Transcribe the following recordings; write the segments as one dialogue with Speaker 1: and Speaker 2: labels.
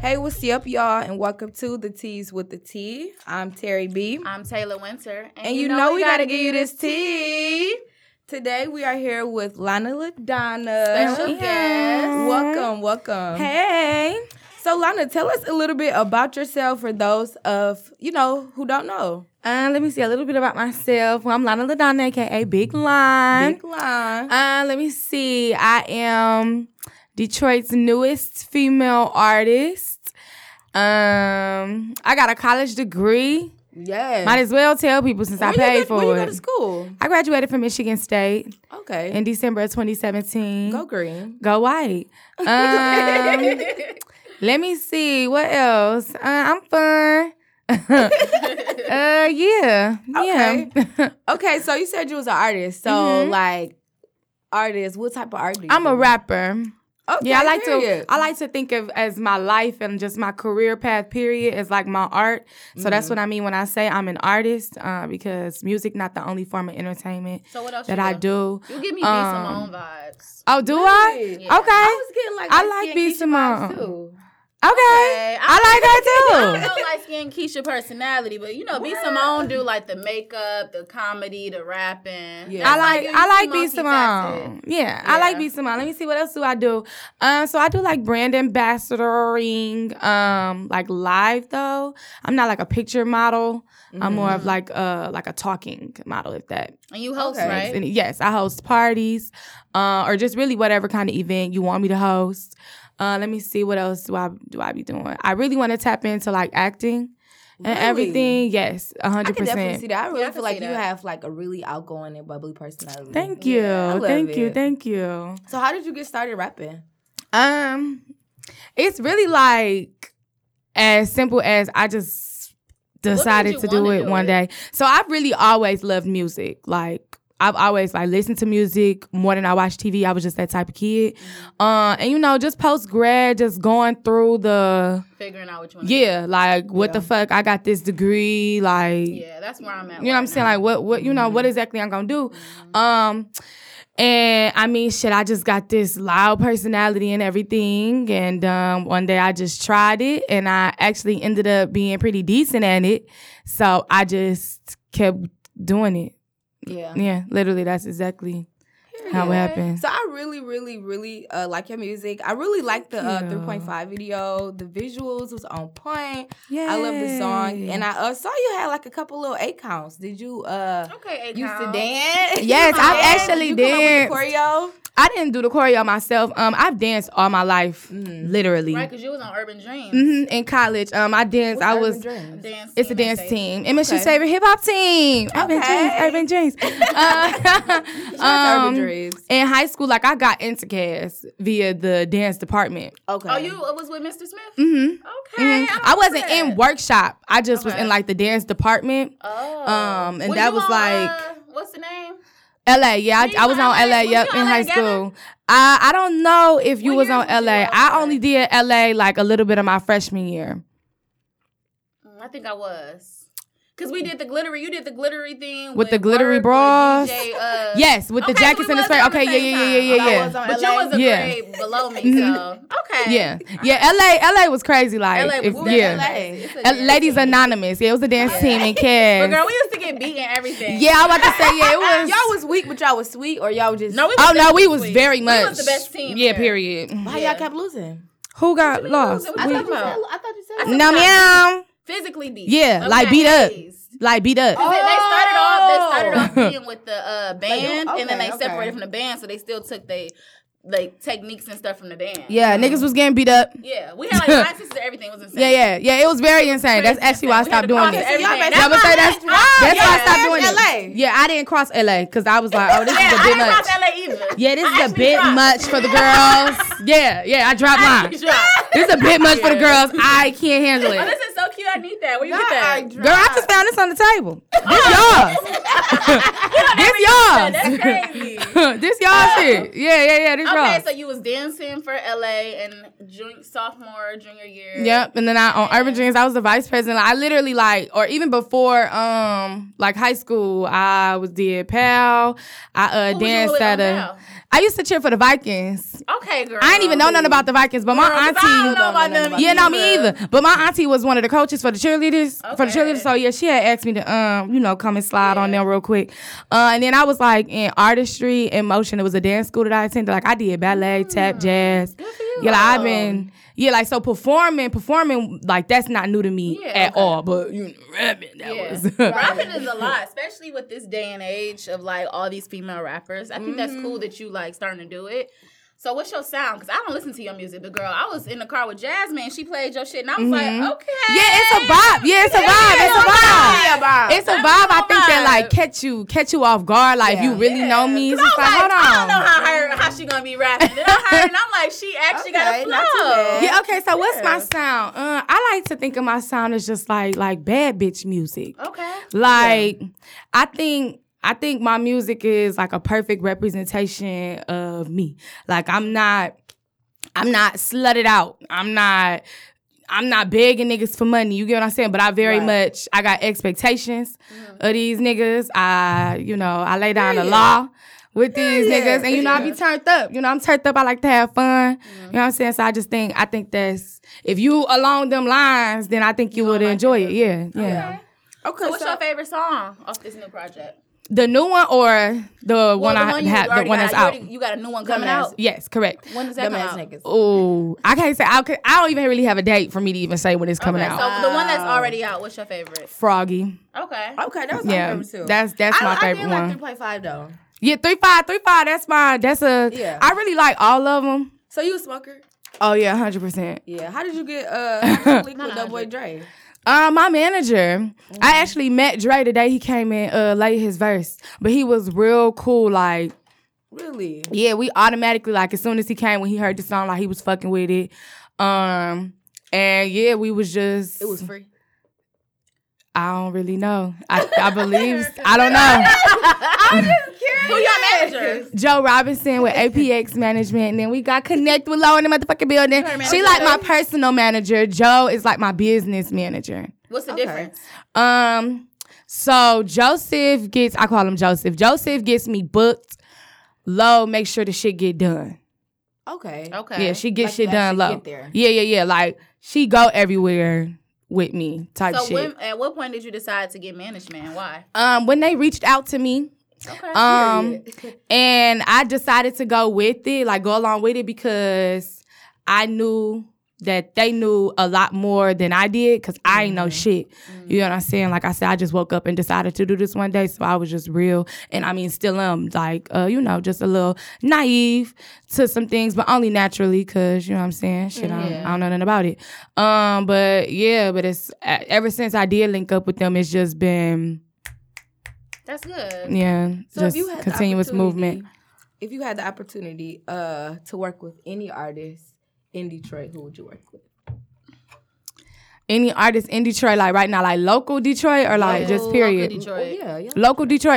Speaker 1: Hey, what's up, y'all? And welcome to the Teas with the T. I'm Terry B.
Speaker 2: I'm Taylor Winter.
Speaker 1: and you, know, we gotta, give you this tea. Today we are here with Lana LaDonna.
Speaker 2: Special
Speaker 1: Hey.
Speaker 2: guest.
Speaker 1: Welcome, welcome.
Speaker 3: Hey.
Speaker 1: So Lana, tell us a little bit about yourself for those of you know who don't know.
Speaker 3: Uh, let me see a little bit about myself. Well, I'm Lana Ladonna, aka Big Line.
Speaker 1: Big Lana.
Speaker 3: Uh, let me see. I am Detroit's newest female artist. Um, I got a college degree.
Speaker 1: Yeah.
Speaker 3: Might as well tell people since
Speaker 1: Where
Speaker 3: I
Speaker 1: you
Speaker 3: paid
Speaker 1: go-
Speaker 3: for
Speaker 1: where you
Speaker 3: it.
Speaker 1: go to school?
Speaker 3: I graduated from Michigan State
Speaker 1: Okay.
Speaker 3: in December of 2017.
Speaker 1: go green.
Speaker 3: Go white. Um, let me see what else. Uh, I'm fun. uh, yeah,
Speaker 1: Okay.
Speaker 3: yeah.
Speaker 1: Okay, so you said you was an artist. So like artist, what type of artist?
Speaker 3: I'm a rapper.
Speaker 1: Okay,
Speaker 3: Yeah, I like
Speaker 1: period.
Speaker 3: to. I like to think of as my life and just my career path. Period is like my art. So
Speaker 1: Mm-hmm.
Speaker 3: that's what I mean when I say I'm an artist, uh, because music not the only form of entertainment
Speaker 2: So what else
Speaker 3: that
Speaker 2: you
Speaker 3: I do.
Speaker 2: You give me
Speaker 3: Um,
Speaker 2: um, Simone vibes.
Speaker 3: Oh, do I?
Speaker 1: Really?
Speaker 3: Okay,
Speaker 2: Yeah.
Speaker 1: I was getting like
Speaker 3: I
Speaker 1: light
Speaker 3: like
Speaker 1: skin
Speaker 3: B.
Speaker 1: Keisha
Speaker 3: Simone.
Speaker 1: vibes, too.
Speaker 3: okay. I
Speaker 2: I
Speaker 3: like
Speaker 2: don't
Speaker 3: her too.
Speaker 2: know light skin Keisha personality, but you know, B
Speaker 1: What?
Speaker 2: Simone do like the makeup, the comedy, the rapping.
Speaker 1: Yeah.
Speaker 3: I
Speaker 2: That's
Speaker 3: like
Speaker 2: you,
Speaker 3: I like
Speaker 2: you
Speaker 3: B Simone. Yeah, I like
Speaker 2: Yeah.
Speaker 3: B Simone. Let me see what else do I do. Um, so I do like brand ambassadoring, um, like live though. I'm not like a picture model. I'm more
Speaker 1: Mm-hmm.
Speaker 3: of like uh like a talking model, if that
Speaker 2: And you host,
Speaker 1: Okay.
Speaker 2: right?
Speaker 3: And yes, I host parties, uh, or just really whatever kind of event you want me to host. Uh, let me see what else do I do I be doing. I really want to tap into like acting and
Speaker 1: Really?
Speaker 3: everything. Yes,
Speaker 1: I
Speaker 3: hundred
Speaker 1: can definitely see
Speaker 3: percent.
Speaker 1: that. I really
Speaker 2: Yeah, I can
Speaker 1: feel like
Speaker 2: see
Speaker 1: you
Speaker 2: that.
Speaker 1: have like a really outgoing and bubbly personality.
Speaker 3: Thank you,
Speaker 1: I love
Speaker 3: thank you,
Speaker 1: it.
Speaker 3: thank you.
Speaker 1: So how did you get started rapping?
Speaker 3: Um, it's really like as simple as I just
Speaker 2: you
Speaker 3: decided to do
Speaker 2: wanna
Speaker 3: it
Speaker 2: do
Speaker 3: one day.
Speaker 2: it?
Speaker 3: So I've really always loved music. Like I've always like listened to music more than I watched TV. I was just that type of kid.
Speaker 2: Mm-hmm.
Speaker 3: Uh, and you know, just post grad, just going through the
Speaker 2: Figuring out which one.
Speaker 3: yeah, like what the
Speaker 1: Yeah.
Speaker 3: fuck? I got this degree, like
Speaker 2: Yeah, that's where I'm at.
Speaker 3: you know what I'm saying? Like what what you know, what exactly I'm gonna do. Um and I mean shit, I just got this loud personality and everything. And um one day I just tried it and I actually ended up being pretty decent at it. So I just kept doing it.
Speaker 1: Yeah.
Speaker 3: Yeah, literally that's exactly how it
Speaker 1: Period.
Speaker 3: happened.
Speaker 1: So I really, really, really uh, like your music. I really like the uh,
Speaker 3: you.
Speaker 1: 3.5 video. The visuals was on point.
Speaker 3: Yeah.
Speaker 1: I love the song, and I uh, saw you had like a couple little eight counts. Did you uh,
Speaker 2: Okay,
Speaker 1: used to
Speaker 2: Akon.
Speaker 1: dance?
Speaker 3: Yes,
Speaker 1: You
Speaker 3: I
Speaker 1: danced?
Speaker 3: actually
Speaker 1: Did you come up with the choreo.
Speaker 3: I didn't do the choreo myself. Um I've danced all my life.
Speaker 1: Mm.
Speaker 3: Literally.
Speaker 2: Right, because you was on Urban Dreams.
Speaker 3: hmm In college. Um I danced. I
Speaker 1: Urban
Speaker 3: was
Speaker 1: Dreams?
Speaker 2: Dance
Speaker 3: It's a
Speaker 2: team
Speaker 3: dance
Speaker 2: and stage.
Speaker 3: team. And Miss
Speaker 1: Okay.
Speaker 3: Your favorite hip hop team. Urban Dreams.
Speaker 1: Okay.
Speaker 3: Urban Dreams. Uh,
Speaker 1: Urban
Speaker 3: um,
Speaker 1: Dreams.
Speaker 3: In high school, like I got into cast via the dance department.
Speaker 1: Okay.
Speaker 2: Oh, you it was with Mr. Smith?
Speaker 3: Mm-hmm.
Speaker 2: Okay. don't
Speaker 3: I
Speaker 2: know
Speaker 3: wasn't
Speaker 2: that.
Speaker 3: in workshop. I just was
Speaker 2: Okay.
Speaker 3: in like the dance department.
Speaker 2: Oh.
Speaker 3: Um, and
Speaker 2: Were
Speaker 3: that
Speaker 2: you
Speaker 3: was
Speaker 2: on,
Speaker 3: like-
Speaker 2: uh, what's the name?
Speaker 3: LA, yeah, I,
Speaker 2: Were you
Speaker 3: I was
Speaker 2: on
Speaker 3: on
Speaker 2: LA?
Speaker 3: LA,
Speaker 2: Were you
Speaker 3: yep,
Speaker 2: on
Speaker 3: in
Speaker 2: LA
Speaker 3: high
Speaker 2: together?
Speaker 3: school. I, I don't know if you
Speaker 2: What
Speaker 3: was
Speaker 2: years
Speaker 3: on
Speaker 2: was you
Speaker 3: LA.
Speaker 2: on
Speaker 3: I
Speaker 2: LA?
Speaker 3: only did LA like a little bit of my freshman year.
Speaker 2: Mm, I think I was. Cause we did the glittery, you did the glittery thing
Speaker 3: With the glittery
Speaker 2: Word,
Speaker 3: bras?
Speaker 2: with DJ, uh,
Speaker 3: Yes, with the
Speaker 2: Okay, so
Speaker 3: jackets
Speaker 2: we
Speaker 3: and the
Speaker 2: was
Speaker 3: skirt.
Speaker 2: on the
Speaker 3: Okay, yeah,
Speaker 2: same
Speaker 3: yeah,
Speaker 2: time.
Speaker 3: yeah, yeah,
Speaker 1: I
Speaker 3: yeah.
Speaker 1: was on
Speaker 2: but you
Speaker 1: LA.
Speaker 2: was a Mm-hmm.
Speaker 3: Yeah.
Speaker 2: grade below me, so okay,
Speaker 3: Yeah, yeah. LA, LA was crazy. Like,
Speaker 2: LA,
Speaker 3: if,
Speaker 2: we was
Speaker 3: yeah,
Speaker 2: in LA. It's a
Speaker 3: Uh,
Speaker 2: dance
Speaker 3: Ladies
Speaker 2: team.
Speaker 3: Anonymous. Yeah, it was a dance team in
Speaker 2: Oh, But
Speaker 3: Cass.
Speaker 2: girl, we used to get beat and everything.
Speaker 3: yeah, I was about to say yeah. It was.
Speaker 1: Y'all was weak, but y'all was sweet, or y'all just
Speaker 2: no, we was
Speaker 3: oh no,
Speaker 2: definitely
Speaker 3: we was
Speaker 2: sweet.
Speaker 3: very much.
Speaker 2: We was the best team.
Speaker 3: Yeah,
Speaker 2: there.
Speaker 3: period.
Speaker 1: Why
Speaker 2: Yeah.
Speaker 1: y'all kept losing?
Speaker 3: Who got
Speaker 2: mean
Speaker 3: lost?
Speaker 2: losing?
Speaker 3: We-
Speaker 2: What you talking about?
Speaker 1: I thought you said.
Speaker 3: No, meow.
Speaker 2: Physically beat.
Speaker 3: Yeah,
Speaker 2: But we
Speaker 3: like
Speaker 2: got
Speaker 3: beat up.
Speaker 2: hazed.
Speaker 3: Like beat up.
Speaker 1: Oh.
Speaker 2: They, they started off. They started off
Speaker 3: Oh.
Speaker 2: being with the uh, band, and then
Speaker 1: okay,
Speaker 2: they
Speaker 1: okay.
Speaker 2: separated from the band, so they still took they like techniques and stuff from the band.
Speaker 3: Yeah, niggas was getting beat up.
Speaker 2: yeah. We had like licenses. Everything was insane.
Speaker 3: Yeah, yeah, yeah. It was very insane. That's actually why I
Speaker 2: We had
Speaker 3: stopped
Speaker 2: to
Speaker 3: doing
Speaker 2: process
Speaker 3: it.
Speaker 1: everything. Y'all
Speaker 3: Yeah, but
Speaker 1: basically-
Speaker 3: say that's that's
Speaker 1: yeah.
Speaker 3: why I stopped doing
Speaker 1: That's
Speaker 3: it.
Speaker 1: LA.
Speaker 3: Yeah, I didn't cross LA because I was like, oh, this
Speaker 2: Yeah,
Speaker 3: is a
Speaker 2: I
Speaker 3: bit
Speaker 2: didn't
Speaker 3: much.
Speaker 2: cross LA either.
Speaker 3: Yeah, this
Speaker 2: I
Speaker 3: is a
Speaker 2: actually
Speaker 3: bit
Speaker 2: dropped.
Speaker 3: much for the girls. Yeah, yeah, I dropped
Speaker 2: I
Speaker 3: mine.
Speaker 2: actually dropped.
Speaker 3: This is a bit much for the girls. I can't handle
Speaker 2: Oh,
Speaker 3: it.
Speaker 2: this is so cute. I need that. Where you
Speaker 1: Y'all
Speaker 2: get that?
Speaker 1: are dry.
Speaker 3: Girl, I just found this on the table. This y'all.
Speaker 2: That's crazy.
Speaker 3: this y'all. this y'all shit. Yeah, yeah, yeah. This
Speaker 2: Oh. Okay,
Speaker 3: y'all.
Speaker 2: so you was dancing for LA and jun- sophomore, junior year.
Speaker 3: Yep, and then I on Urban Dreams, I was the vice president. I literally like, or even before, um, like high school, I was did pal. I uh
Speaker 2: Who was you
Speaker 3: danced
Speaker 2: with
Speaker 3: at
Speaker 2: on
Speaker 3: a. I
Speaker 2: PAL?
Speaker 3: used to cheer for the Vikings.
Speaker 2: Okay, girl.
Speaker 3: I didn't even know nothing about the Vikings, but my
Speaker 2: Girl, 'cause
Speaker 3: auntie.
Speaker 2: I don't know about none of
Speaker 3: Yeah,
Speaker 2: them
Speaker 3: no, me either. But my auntie was one of the coaches for the cheerleaders. For the
Speaker 2: Okay.
Speaker 3: cheerleaders, so yeah, she had asked me to, um, you know, come and slide on them real quick. Uh, and then I was like in artistry and motion. It was a dance school that I attended. Like I did ballet,
Speaker 2: Mm.
Speaker 3: tap, jazz. Yeah, like, I've been. Yeah, like so performing, performing like that's not new to me
Speaker 2: Yeah,
Speaker 3: at
Speaker 2: okay.
Speaker 3: all. But you know, rapping that
Speaker 2: Yeah.
Speaker 3: was.
Speaker 2: Rapping is a lot, especially with this day and age of like all these female rappers. I think that's
Speaker 3: Mm-hmm.
Speaker 2: cool that you like starting to do it. So what's your sound? Because I don't listen to your music, but girl, I was in the car with Jasmine. and She played your shit, and I was like, okay,
Speaker 3: Mm-hmm. Yeah, it's a vibe. Yeah, it's a vibe. It's a vibe. It's a vibe. I think that like
Speaker 2: vibe.
Speaker 3: catch you, catch you off guard. Like if you really know me, it's
Speaker 2: I was
Speaker 3: just like,
Speaker 2: like,
Speaker 3: hold on.
Speaker 2: I don't know how her, how she gonna be rapping. Then I heard, and I'm like, she actually got
Speaker 1: Okay,
Speaker 2: a
Speaker 1: not too
Speaker 2: flow.
Speaker 1: bad.
Speaker 3: Yeah. Okay. So what's my sound? Uh, I like to think of my sound as just like like bad bitch music.
Speaker 2: Okay.
Speaker 3: Like I think. I think my music is like a perfect representation of me. Like I'm not I'm not slutted out. I'm not I'm not begging niggas for money. You get what I'm saying? But I very much I got expectations of these niggas. I you know, I lay down the law with these niggas and you know I be turned up. You know, I'm turned up. I like to have fun. You know what I'm saying? So I just think I think that's if you along them lines, then I think you, would enjoy it. Yeah. Yeah.
Speaker 1: Okay,
Speaker 2: So what's your favorite song off this new project?
Speaker 3: The new one or the one
Speaker 2: the
Speaker 3: I
Speaker 2: you
Speaker 3: have the
Speaker 2: already
Speaker 3: one
Speaker 2: got,
Speaker 3: that's
Speaker 2: you
Speaker 3: out.
Speaker 2: already- oh. you got a new one coming out.
Speaker 3: Yes, correct.
Speaker 2: When does that
Speaker 1: Dumb
Speaker 2: come
Speaker 1: ass
Speaker 2: out?
Speaker 1: niggas.
Speaker 3: Oh, I can't say I could, I don't even really have a date for me to even say when it's coming
Speaker 2: Okay,
Speaker 3: out.
Speaker 2: So the one that's already out. What's your favorite?
Speaker 3: Froggy.
Speaker 2: Ah. Okay.
Speaker 1: Okay, that was my
Speaker 3: Yeah,
Speaker 1: favorite too.
Speaker 3: that's that's
Speaker 1: I,
Speaker 3: my
Speaker 1: I
Speaker 3: favorite
Speaker 1: did
Speaker 3: one.
Speaker 1: like three point five though.
Speaker 3: yeah, three five, three five. That's my. That's a.
Speaker 1: Yeah.
Speaker 3: I really like all of them.
Speaker 1: So you a smoker?
Speaker 3: Oh yeah, hundred percent.
Speaker 1: Yeah. How did you get uh how did you link with that boy Dre?
Speaker 3: Uh, my manager.
Speaker 2: Mm.
Speaker 3: I actually met Dre today. He came in uh late his verse, but he was real cool. Like
Speaker 1: Really?
Speaker 3: Yeah, we automatically like as soon as he came when he heard the song, like he was fucking with it. Um and yeah, we was just
Speaker 1: It was free.
Speaker 3: I don't really know. I, I believe I don't know.
Speaker 2: Who your manager?
Speaker 3: Joe Robinson with APX management and then we got connect with Low in the motherfucking building. She like my personal manager. Joe is like my business manager.
Speaker 2: What's the difference?
Speaker 3: Um, so Joseph gets I call him Joseph. Joseph gets me booked. Low make sure the shit get done.
Speaker 1: Okay.
Speaker 2: Okay.
Speaker 3: Yeah, she gets
Speaker 1: Like,
Speaker 3: shit
Speaker 1: you
Speaker 3: done
Speaker 1: actually
Speaker 3: low.
Speaker 1: get there.
Speaker 3: Yeah, yeah, yeah. Like she go everywhere with me type
Speaker 2: So
Speaker 3: shit.
Speaker 2: when, at what point did you decide to get management and why?
Speaker 3: um, when they reached out to me,
Speaker 2: Okay.
Speaker 3: um, and I decided to go with it, like go along with it because I knew that they knew a lot more than I did because I ain't know
Speaker 1: Mm-hmm.
Speaker 3: shit. You know what I'm saying? Like I said, I just woke up and decided to do this one day, so I was just real, and I mean, still am like, uh, you know, just a little naive to some things, but only naturally because you know what I'm
Speaker 1: Mm,
Speaker 3: saying. Shit, I, don't, I don't know nothing about it. Um, but yeah, but it's e, ever since I did link up with them, it's just been
Speaker 2: That's good.
Speaker 3: yeah,
Speaker 1: So if
Speaker 3: just
Speaker 1: you had the
Speaker 3: continuous movement.
Speaker 1: opportunity- If you had the opportunity uh to work with any artist in Detroit, who would you work with?
Speaker 3: any artist in Detroit, like right now, like local Detroit or like just period.
Speaker 2: Local
Speaker 3: Local Detroit.
Speaker 1: Oh,
Speaker 2: Detroit.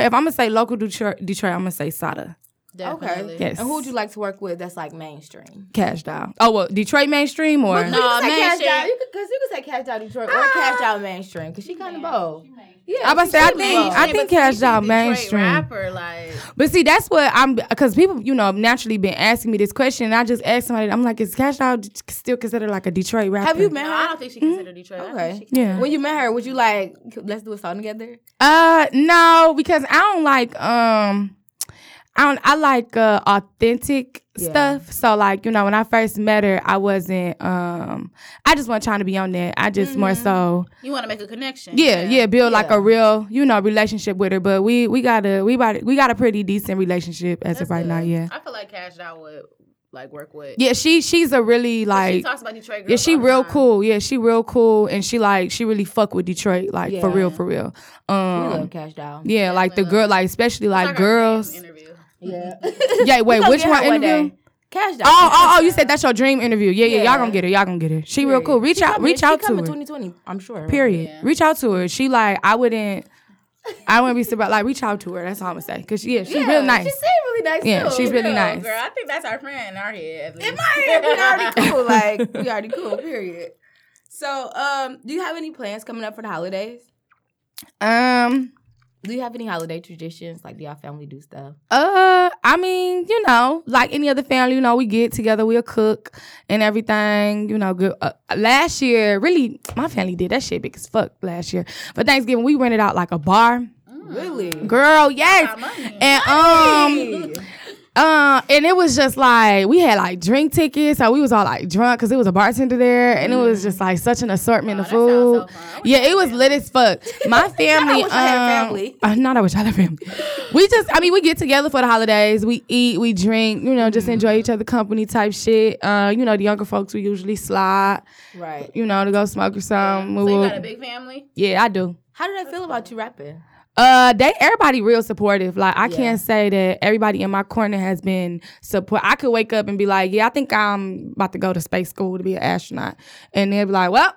Speaker 1: yeah, yeah.
Speaker 3: If I'm gonna say local Detroit, Detroit, I'm gonna say Sada,
Speaker 2: Definitely.
Speaker 1: Okay.
Speaker 3: Yes.
Speaker 1: And who would you like to work with that's like mainstream?
Speaker 3: Cash Doll. Oh well, Detroit mainstream or
Speaker 2: no,
Speaker 1: you can say Cash
Speaker 2: Uh, mainstream. Ah!
Speaker 1: Doll. You could, cause you could say Cash Doll Detroit or Cash Doll mainstream, cause she kind of both. Yeah,
Speaker 3: I'm about to say I
Speaker 1: she
Speaker 3: think I
Speaker 2: Mainstream,
Speaker 3: think
Speaker 2: but
Speaker 3: Cash
Speaker 2: she's
Speaker 3: Doll
Speaker 2: a Detroit
Speaker 3: mainstream.
Speaker 2: Rapper, like,
Speaker 3: But see, that's what I'm because people, you know, have naturally been asking me this question, and I just asked somebody, I'm like, is Cash Doll d- still considered like a Detroit rapper?
Speaker 1: Have you met
Speaker 2: no,
Speaker 1: her?
Speaker 2: I don't think she considered Detroit. I think
Speaker 1: Okay.
Speaker 2: she-
Speaker 3: Yeah.
Speaker 1: When you met her, would you like let's do a song together?
Speaker 3: Uh, no, because I don't like um, I don't. I like uh, authentic stuff. So like you know, when I first met her, I wasn't um, I just wasn't trying to be on that. I just more so
Speaker 2: You want to make a connection.
Speaker 3: yeah, yeah, build like a real you know relationship with her. But we we got a we about we got a pretty decent relationship as of right now. Yeah,
Speaker 2: I feel like Cash Doll would like work with.
Speaker 3: yeah. She she's a really like.
Speaker 2: she talks about Detroit. Girls
Speaker 3: Yeah, she
Speaker 2: all the
Speaker 3: real
Speaker 2: time.
Speaker 3: cool. Yeah, she real cool, and she like she really fuck with Detroit, like for
Speaker 1: Yeah.
Speaker 3: real, for real.
Speaker 1: I
Speaker 3: Um,
Speaker 1: love Cash Doll.
Speaker 3: yeah, like the girl, like especially like,
Speaker 2: Like our
Speaker 3: girls.
Speaker 2: dream Interview.
Speaker 1: Yeah.
Speaker 3: Yeah, wait,
Speaker 1: Go
Speaker 3: which
Speaker 1: get
Speaker 3: one
Speaker 1: her
Speaker 3: interview?
Speaker 1: day. Cash Doll.
Speaker 3: Oh, oh, oh, you said that's your dream interview. Yeah, yeah, y'all
Speaker 1: Yeah.
Speaker 3: gonna get her. Y'all gonna get her. She real cool. Reach
Speaker 1: She
Speaker 3: out,
Speaker 1: coming-
Speaker 3: reach
Speaker 1: she
Speaker 3: out to
Speaker 1: coming
Speaker 3: her.
Speaker 1: 2020, I'm sure.
Speaker 3: Period. Reach out to her. She like, I wouldn't, I wouldn't be surprised. Like, reach out to her. That's all I'm gonna say. Cause yeah, she's
Speaker 1: Yeah,
Speaker 3: real nice.
Speaker 1: She seemed really nice
Speaker 3: Yeah,
Speaker 1: too.
Speaker 3: she's really
Speaker 2: Girl,
Speaker 3: nice.
Speaker 2: Girl, I think that's our friend in our head. At least.
Speaker 1: we already cool. Like we already cool. Period. So, um, do you have any plans coming up for the holidays?
Speaker 3: Um,
Speaker 1: Do you have any holiday traditions? Like, do y'all family do stuff?
Speaker 3: Uh, I mean, you know, like any other family, you know, we get together, we'll cook and everything, you know. Good. Uh, last year, really, my family did that shit big as fuck last year. But Thanksgiving, we rented out like a bar.
Speaker 1: Really?
Speaker 3: Girl, yes.
Speaker 2: money.
Speaker 3: And um, uh, and it was just like we had like drink tickets, so we was all like drunk because it was a bartender there, and it was just like such an assortment of
Speaker 2: Mm. Oh, that sounds so
Speaker 3: food.
Speaker 2: fun. I wish
Speaker 3: yeah, it was lit as fuck. My family,
Speaker 1: I had
Speaker 3: um,
Speaker 1: family.
Speaker 3: uh, not I wish I had a family. We just, I mean, we get together for the holidays. We eat, we drink, you know, just enjoy
Speaker 2: Mm.
Speaker 3: each other company type shit. Uh, you know, the younger folks we usually slide,
Speaker 1: Right.
Speaker 3: you know, to go smoke or something. We
Speaker 2: So you
Speaker 3: will-
Speaker 2: got a big family?
Speaker 3: yeah, I do.
Speaker 1: How did I feel about you rapping?
Speaker 3: Uh, they everybody real supportive. Like I can't say that everybody in my corner has been support. I could wake up and be like, yeah, I think I'm about to go to space school to be an astronaut, and they'll be like, well.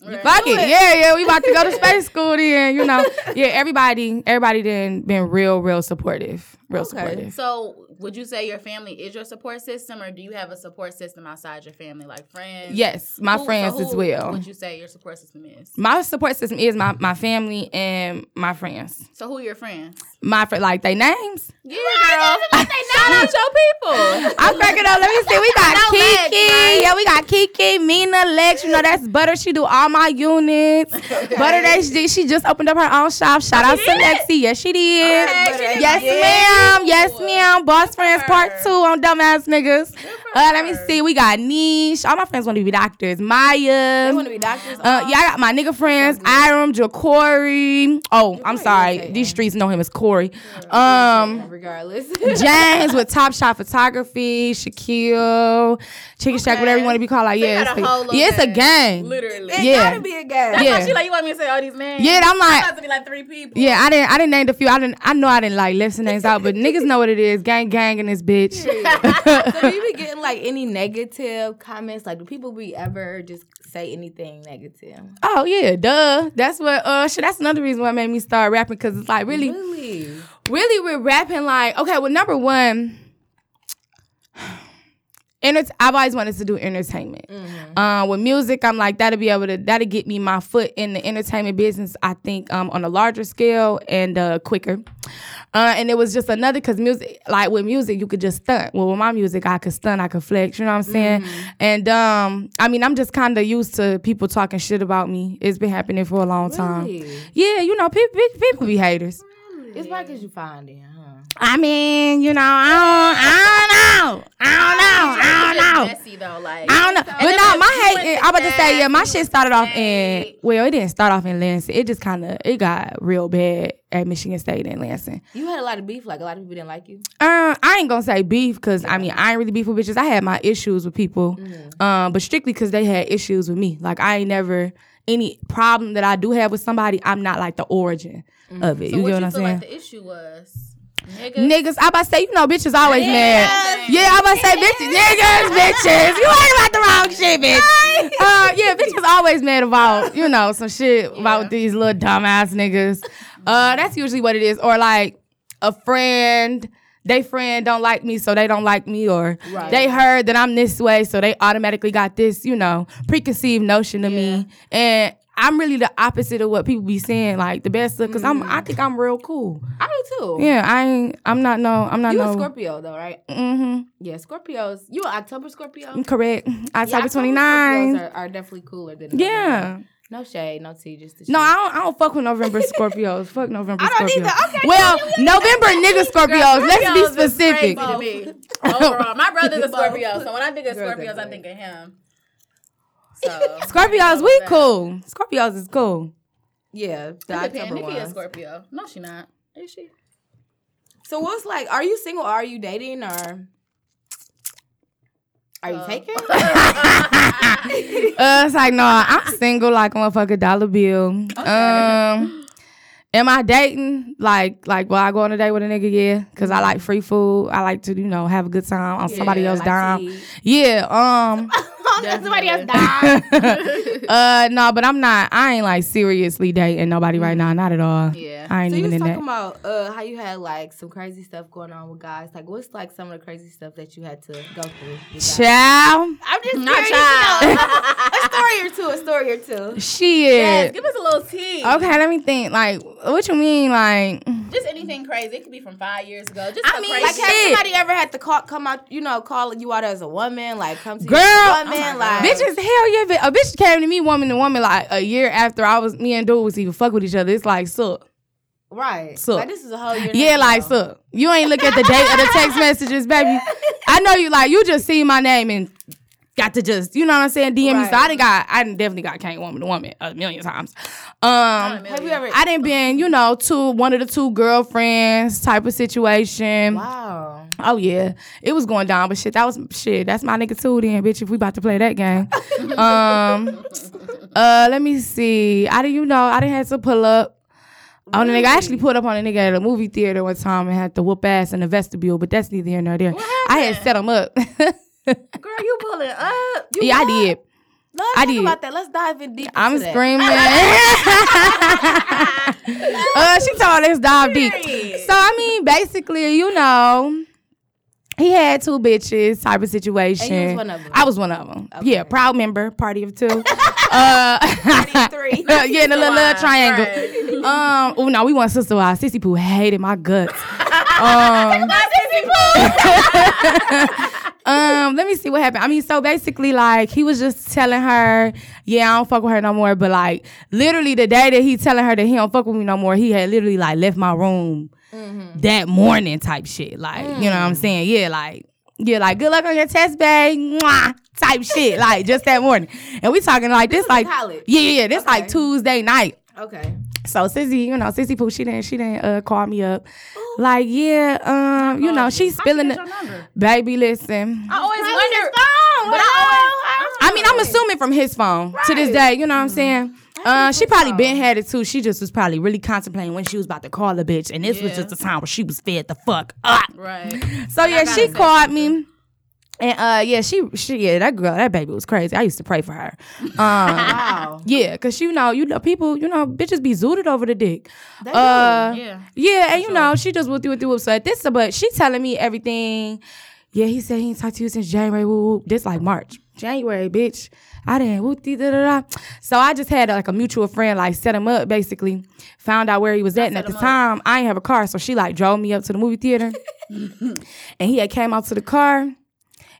Speaker 3: Fuck it. yeah, yeah. We about to go to space school then, you know. Yeah, everybody, everybody then been real, real supportive, real supportive.
Speaker 2: So, would you say your family is your support system, or do you have a support system outside your family, like friends?
Speaker 3: Yes, my
Speaker 2: Who- so
Speaker 3: friends
Speaker 2: who
Speaker 3: as well.
Speaker 2: Would you say your support system is?
Speaker 3: my support system is my my family and my friends.
Speaker 2: So, who are your friends?
Speaker 3: My fr- like they names.
Speaker 2: Yeah, girl.
Speaker 3: out your people. I'm cracking up. Let me see. We got
Speaker 2: No legs,
Speaker 3: Kiki. yeah, we got Kiki, Mina, Lex. You know that's Butter. She do all my units. Butter HD. She just opened up her own shop. Shout out to Lexi. Yes, she did.
Speaker 2: Okay, she did
Speaker 3: yes,
Speaker 2: good.
Speaker 3: ma'am. Yes, ma'am. Boss Friends
Speaker 2: her.
Speaker 3: Part Two on Dumbass Niggas.
Speaker 2: for
Speaker 3: Uh, let me
Speaker 2: her.
Speaker 3: see. We got Niche. All my friends want to be doctors. Maya.
Speaker 1: I want to be doctors.
Speaker 3: Uh, yeah, I got my nigga friends, Iram, Jacory. Oh, I'm sorry. These streets know him as Corey. Um,
Speaker 1: regardless.
Speaker 3: James with Top Shot Photography, Shaquille, Chicken Shack, whatever you want to be called. Like, yeah,
Speaker 2: got
Speaker 3: it's
Speaker 2: a whole
Speaker 3: a,
Speaker 2: little
Speaker 3: yeah, it's a
Speaker 2: gang.
Speaker 3: gang.
Speaker 2: Literally.
Speaker 1: it
Speaker 3: yeah.
Speaker 1: gotta be a guy.
Speaker 3: Yeah.
Speaker 2: She like you want me to say all these names?
Speaker 3: Yeah, I'm
Speaker 2: I'm
Speaker 3: like,
Speaker 2: about to be like three people.
Speaker 3: yeah, I didn't, I didn't name the few. I didn't, I know I didn't like list the names out, but niggas know what it is. Gang, gang in this bitch.
Speaker 1: so do you be getting like any negative comments? Like, do people be ever just say anything negative?
Speaker 3: Oh yeah, duh. That's what. Uh, shit. That's another reason why it made me start rapping because it's like really,
Speaker 1: Really?
Speaker 3: really we're rapping like okay well number one enter- I've always wanted to do entertainment. Uh, with music, I'm like that'll be able to that'll get me my foot in the entertainment business. I think um, on a larger scale and uh, quicker. Uh, and it was just another because music, like with music, you could just stunt. Well, with my music, I could stunt, I could flex. You know what I'm saying? And um, I mean, I'm just kind of used to people talking shit about me. It's been happening for a long time. Yeah, you know, people people be haters.
Speaker 1: It's probably because you find it, huh?
Speaker 3: I mean, you know, I don't, I don't know, I don't know, I don't know.
Speaker 2: Messy though, like
Speaker 3: I don't know, but
Speaker 2: then
Speaker 3: no,
Speaker 2: if you
Speaker 3: my
Speaker 2: went
Speaker 3: hate.
Speaker 2: to
Speaker 3: I'm about to say, yeah, my
Speaker 2: Jackson,
Speaker 3: shit started off in.
Speaker 2: State.
Speaker 3: Well, it didn't start off in Lansing. It just kind of it got real bad at Michigan State and Lansing.
Speaker 1: You had a lot of beef. Like, a lot of people didn't like you.
Speaker 3: Um, I ain't gonna say beef because I mean I ain't really beef with bitches. I had my issues with people,
Speaker 2: Mm-hmm.
Speaker 3: um, but strictly because they had issues with me. Like I ain't never any problem that I do have with somebody. I'm not like the origin of it.
Speaker 2: Mm-hmm.
Speaker 3: you get
Speaker 2: So what you
Speaker 3: what I'm
Speaker 2: feel
Speaker 3: saying?
Speaker 2: like the issue was, nigga?
Speaker 3: Niggas, I about to say, you know, bitches always mad.
Speaker 2: Niggas.
Speaker 3: Yeah, I about to say, bitches, niggas, bitches. You ain't about the wrong shit, bitch. Uh, yeah, bitches always mad about, you know, some shit about these little dumbass niggas. Uh, that's usually what it is. Or like a friend, they friend don't like me, so they don't like me. Or they heard that I'm this way, so they automatically got this, you know, preconceived notion of me. And I'm really the opposite of what people be saying. Like the best, because I'm, I think I'm real cool.
Speaker 1: I do too.
Speaker 3: Yeah, I ain't. I'm not. No, I'm not.
Speaker 1: You
Speaker 3: no.
Speaker 1: a Scorpio though, right?
Speaker 3: Mm-hmm.
Speaker 1: Yeah, Scorpios. You an October Scorpio?
Speaker 3: I'm correct.
Speaker 1: Yeah,
Speaker 3: October
Speaker 1: October
Speaker 3: 29.
Speaker 1: Scorpios Are, are definitely cooler than November.
Speaker 3: yeah.
Speaker 1: No shade, no tea, just the
Speaker 3: No,
Speaker 1: shade.
Speaker 3: I don't. I don't fuck with November Scorpios. fuck November.
Speaker 1: I don't
Speaker 3: Scorpios.
Speaker 1: either. Okay,
Speaker 3: Well, November nigga Scorpios. Let's be
Speaker 2: Scorpios is
Speaker 3: specific.
Speaker 2: crazy to me. Oh, Overall, my brother's a Scorpio, so when I think of Scorpios, I think of him. So
Speaker 3: Scorpios, we cool. Scorpios is cool.
Speaker 1: Yeah, the
Speaker 2: It depends.
Speaker 1: October
Speaker 2: Nikki is
Speaker 1: ones.
Speaker 2: Scorpio. No, she not. Is she?
Speaker 1: So what's like? Are you single? Or are you dating? Or are you taking?
Speaker 3: Uh, it's like no, I'm single like a motherfucking dollar bill. Um, am I dating? Like, like, will I go on a date with a nigga? Yeah, cause I like free food. I like to, you know, have a good time on somebody else's dime. Yeah. Um.
Speaker 2: Somebody else died.
Speaker 3: uh no, but I'm not. I ain't like seriously dating nobody right now. Not at all.
Speaker 2: Yeah.
Speaker 3: I ain't
Speaker 1: so you
Speaker 3: even
Speaker 1: was
Speaker 3: in
Speaker 1: talking
Speaker 3: that.
Speaker 1: about uh, how you had like some crazy stuff going on with guys. Like, what's like some of the crazy stuff that you had to go through? with guys?
Speaker 3: Chow,
Speaker 1: I'm just
Speaker 2: Not
Speaker 1: curious to know.
Speaker 2: child.
Speaker 1: a story or two. A story or two.
Speaker 3: shit.
Speaker 2: yes, give us a little tea.
Speaker 3: okay, let me think. Like, what you mean? Like,
Speaker 2: Just anything crazy. It could be from five years ago. Just
Speaker 1: I
Speaker 2: a
Speaker 1: mean,
Speaker 2: crazy.
Speaker 1: like, has
Speaker 3: shit.
Speaker 1: somebody ever had to call, come out? You know, call you out as a woman, like come to
Speaker 3: girl,
Speaker 1: you as a
Speaker 3: oh
Speaker 1: woman,
Speaker 3: my
Speaker 1: like
Speaker 3: God. bitches, hell yeah, bi- a bitch came to me, woman to woman, like a year after I was, me and dude was even fuck with each other. It's like, so
Speaker 1: right?
Speaker 3: So-
Speaker 1: like, this is a whole year.
Speaker 3: yeah,
Speaker 1: now,
Speaker 3: like,
Speaker 1: though.
Speaker 3: so you ain't look at the date of the text messages, baby. I know you like you just see my name and got to just you know what I'm saying DM me. So I
Speaker 1: Right.
Speaker 3: done got I done definitely got can't woman to woman a million times. Um,
Speaker 1: Have you ever?
Speaker 3: I didn't been you know two one of the two girlfriends type of situation.
Speaker 1: wow.
Speaker 3: Oh yeah, it was going down, but shit, that was shit. That's my nigga too, then, bitch. If we about to play that game, um, uh, let me see. I didn't, you know, I didn't have to pull up on a nigga. I actually pulled up on a nigga at a movie theater one time and had to whoop ass in the vestibule, but that's neither here nor there. I had set him up.
Speaker 2: Girl, you pulling up. You
Speaker 3: yeah, I did.
Speaker 1: Let's
Speaker 3: I
Speaker 1: talk
Speaker 3: did.
Speaker 1: about that. Let's dive in deep.
Speaker 3: I'm
Speaker 1: into that.
Speaker 3: screaming. uh, she told us dive deep. So I mean, basically, you know, he had two bitches type of situation.
Speaker 1: And you was one of 'em.
Speaker 3: I was one of them. Yeah, proud member, party of two. uh,
Speaker 1: three.
Speaker 3: yeah, in a little, little
Speaker 2: Wise,
Speaker 3: triangle. Um, oh no, we want sister wives. Sissy poo hated my guts. Um, um, let me see what happened. I mean, so basically, like he was just telling her, "Yeah, I don't fuck with her no more." But like, literally, the day that he telling her that he don't fuck with me no more, he had literally like left my room that morning, type shit. Like, you know what I'm saying? Yeah, like, yeah, like good luck on your test, babe, Mwah, type shit. like just that morning, and we talking like this, like
Speaker 1: college?
Speaker 3: yeah, yeah, yeah, this like Tuesday night.
Speaker 1: Okay.
Speaker 3: So Sissy, you know, Sissy Pooh, she didn't she didn't uh, call me up. Like, yeah, um, you know, she's spilling
Speaker 2: your
Speaker 3: the
Speaker 2: number.
Speaker 3: baby, listen.
Speaker 2: I always wonder. Phone, but I always.
Speaker 3: I mean, I'm assuming from his phone to this day, you know what
Speaker 2: Mm-hmm.
Speaker 3: I'm saying? Uh, she probably been had it too. She just was probably really contemplating when she was about to call a bitch, and this was just the time where she was fed the fuck up.
Speaker 2: Right.
Speaker 3: So yeah, she called me. And uh yeah, she she yeah, that girl, that baby was crazy. I used to pray for her. Um Yeah, cause you know, you know, people, you know, bitches be zooted over the dick. uh,
Speaker 2: Yeah.
Speaker 3: yeah, and you know, she just went through it through it. So at this but she telling me everything. Yeah, he said he ain't talked to you since January. Woo, woo. This like March. January, bitch. I didn't whoop dee da da da. So I just had like a mutual friend like set him up basically. Found out where he was at. And at the time, I ain't have a car. So she like drove me up to the movie theater. and he had came out to the car.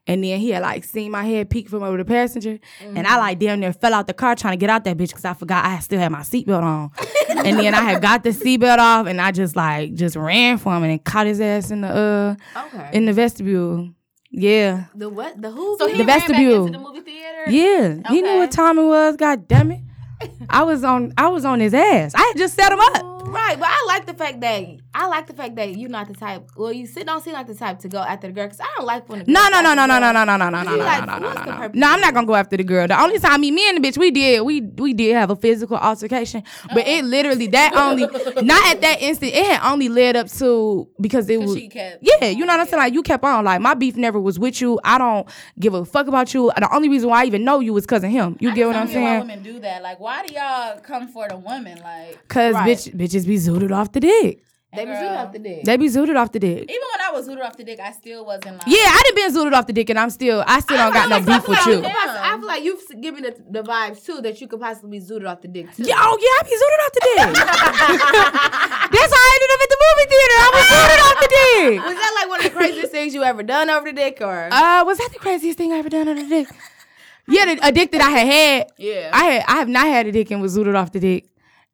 Speaker 3: And then he had like seen my head peek from over the passenger. And
Speaker 1: Mm-hmm.
Speaker 3: I like damn near fell out the car trying to get out that bitch because I forgot I still had my seatbelt on. and then I had got the seatbelt off and I just like just ran for him and caught his ass in the uh
Speaker 1: Okay.
Speaker 3: in the vestibule. Yeah.
Speaker 1: the what? The who?
Speaker 2: So
Speaker 1: bit?
Speaker 2: he
Speaker 3: The
Speaker 2: ran
Speaker 3: vestibule.
Speaker 2: back into the movie theater.
Speaker 3: Yeah. He knew what time it was, god damn it. I was on I was on his ass. I had just set him up.
Speaker 1: Right, but I like the fact that I like the fact that you're not the type. Well, you sit don't seem like the type to go after the girl because I don't like when. the
Speaker 3: No,
Speaker 1: girls
Speaker 3: no, no,
Speaker 1: after
Speaker 3: no, no,
Speaker 1: the
Speaker 3: no,
Speaker 1: girl.
Speaker 3: no, no, no, no, no, no,
Speaker 1: like,
Speaker 3: no, no,
Speaker 1: what's
Speaker 3: no,
Speaker 1: the
Speaker 3: no.
Speaker 1: purpose
Speaker 3: No, I'm not gonna go after the girl. The only time me, me and the bitch, we did, we we did have a physical altercation, but it
Speaker 2: Uh-uh.
Speaker 3: literally that only not at that instant. It had only led up to because it was
Speaker 2: She kept.
Speaker 3: yeah, you know what I'm saying. Like you kept on. Like my beef never was with you. I don't give a fuck about you. The only reason why I even know you was cause of him. You get what
Speaker 2: I
Speaker 3: I'm
Speaker 2: don't get why
Speaker 3: saying?
Speaker 2: women do that. Like, why do y'all come for the woman? Like,
Speaker 3: Cause
Speaker 1: Right.
Speaker 3: bitch, bitches be zooted off the dick.
Speaker 1: They was
Speaker 2: Girl.
Speaker 1: you after that.
Speaker 3: They be zooted off the dick.
Speaker 2: even when I was zooted off the dick, I still wasn't like.
Speaker 3: Yeah, I done been zooted off the dick, and I'm still, I still don't got no beef with you.
Speaker 1: I feel like- I feel like you've given the, the vibes too that you could possibly zoot it off the dick too.
Speaker 3: Yeah, oh yeah, I be zooted off the dick. That's how I ended up at the movie theater. I was zooted off the dick.
Speaker 1: Was that like one of the craziest things you ever done over the dick or?
Speaker 3: Uh, was that the craziest thing I ever done on a dick? Yeah, the, a dick that I had had.
Speaker 2: Yeah.
Speaker 3: I had, I have not had a dick and was zooted off the dick,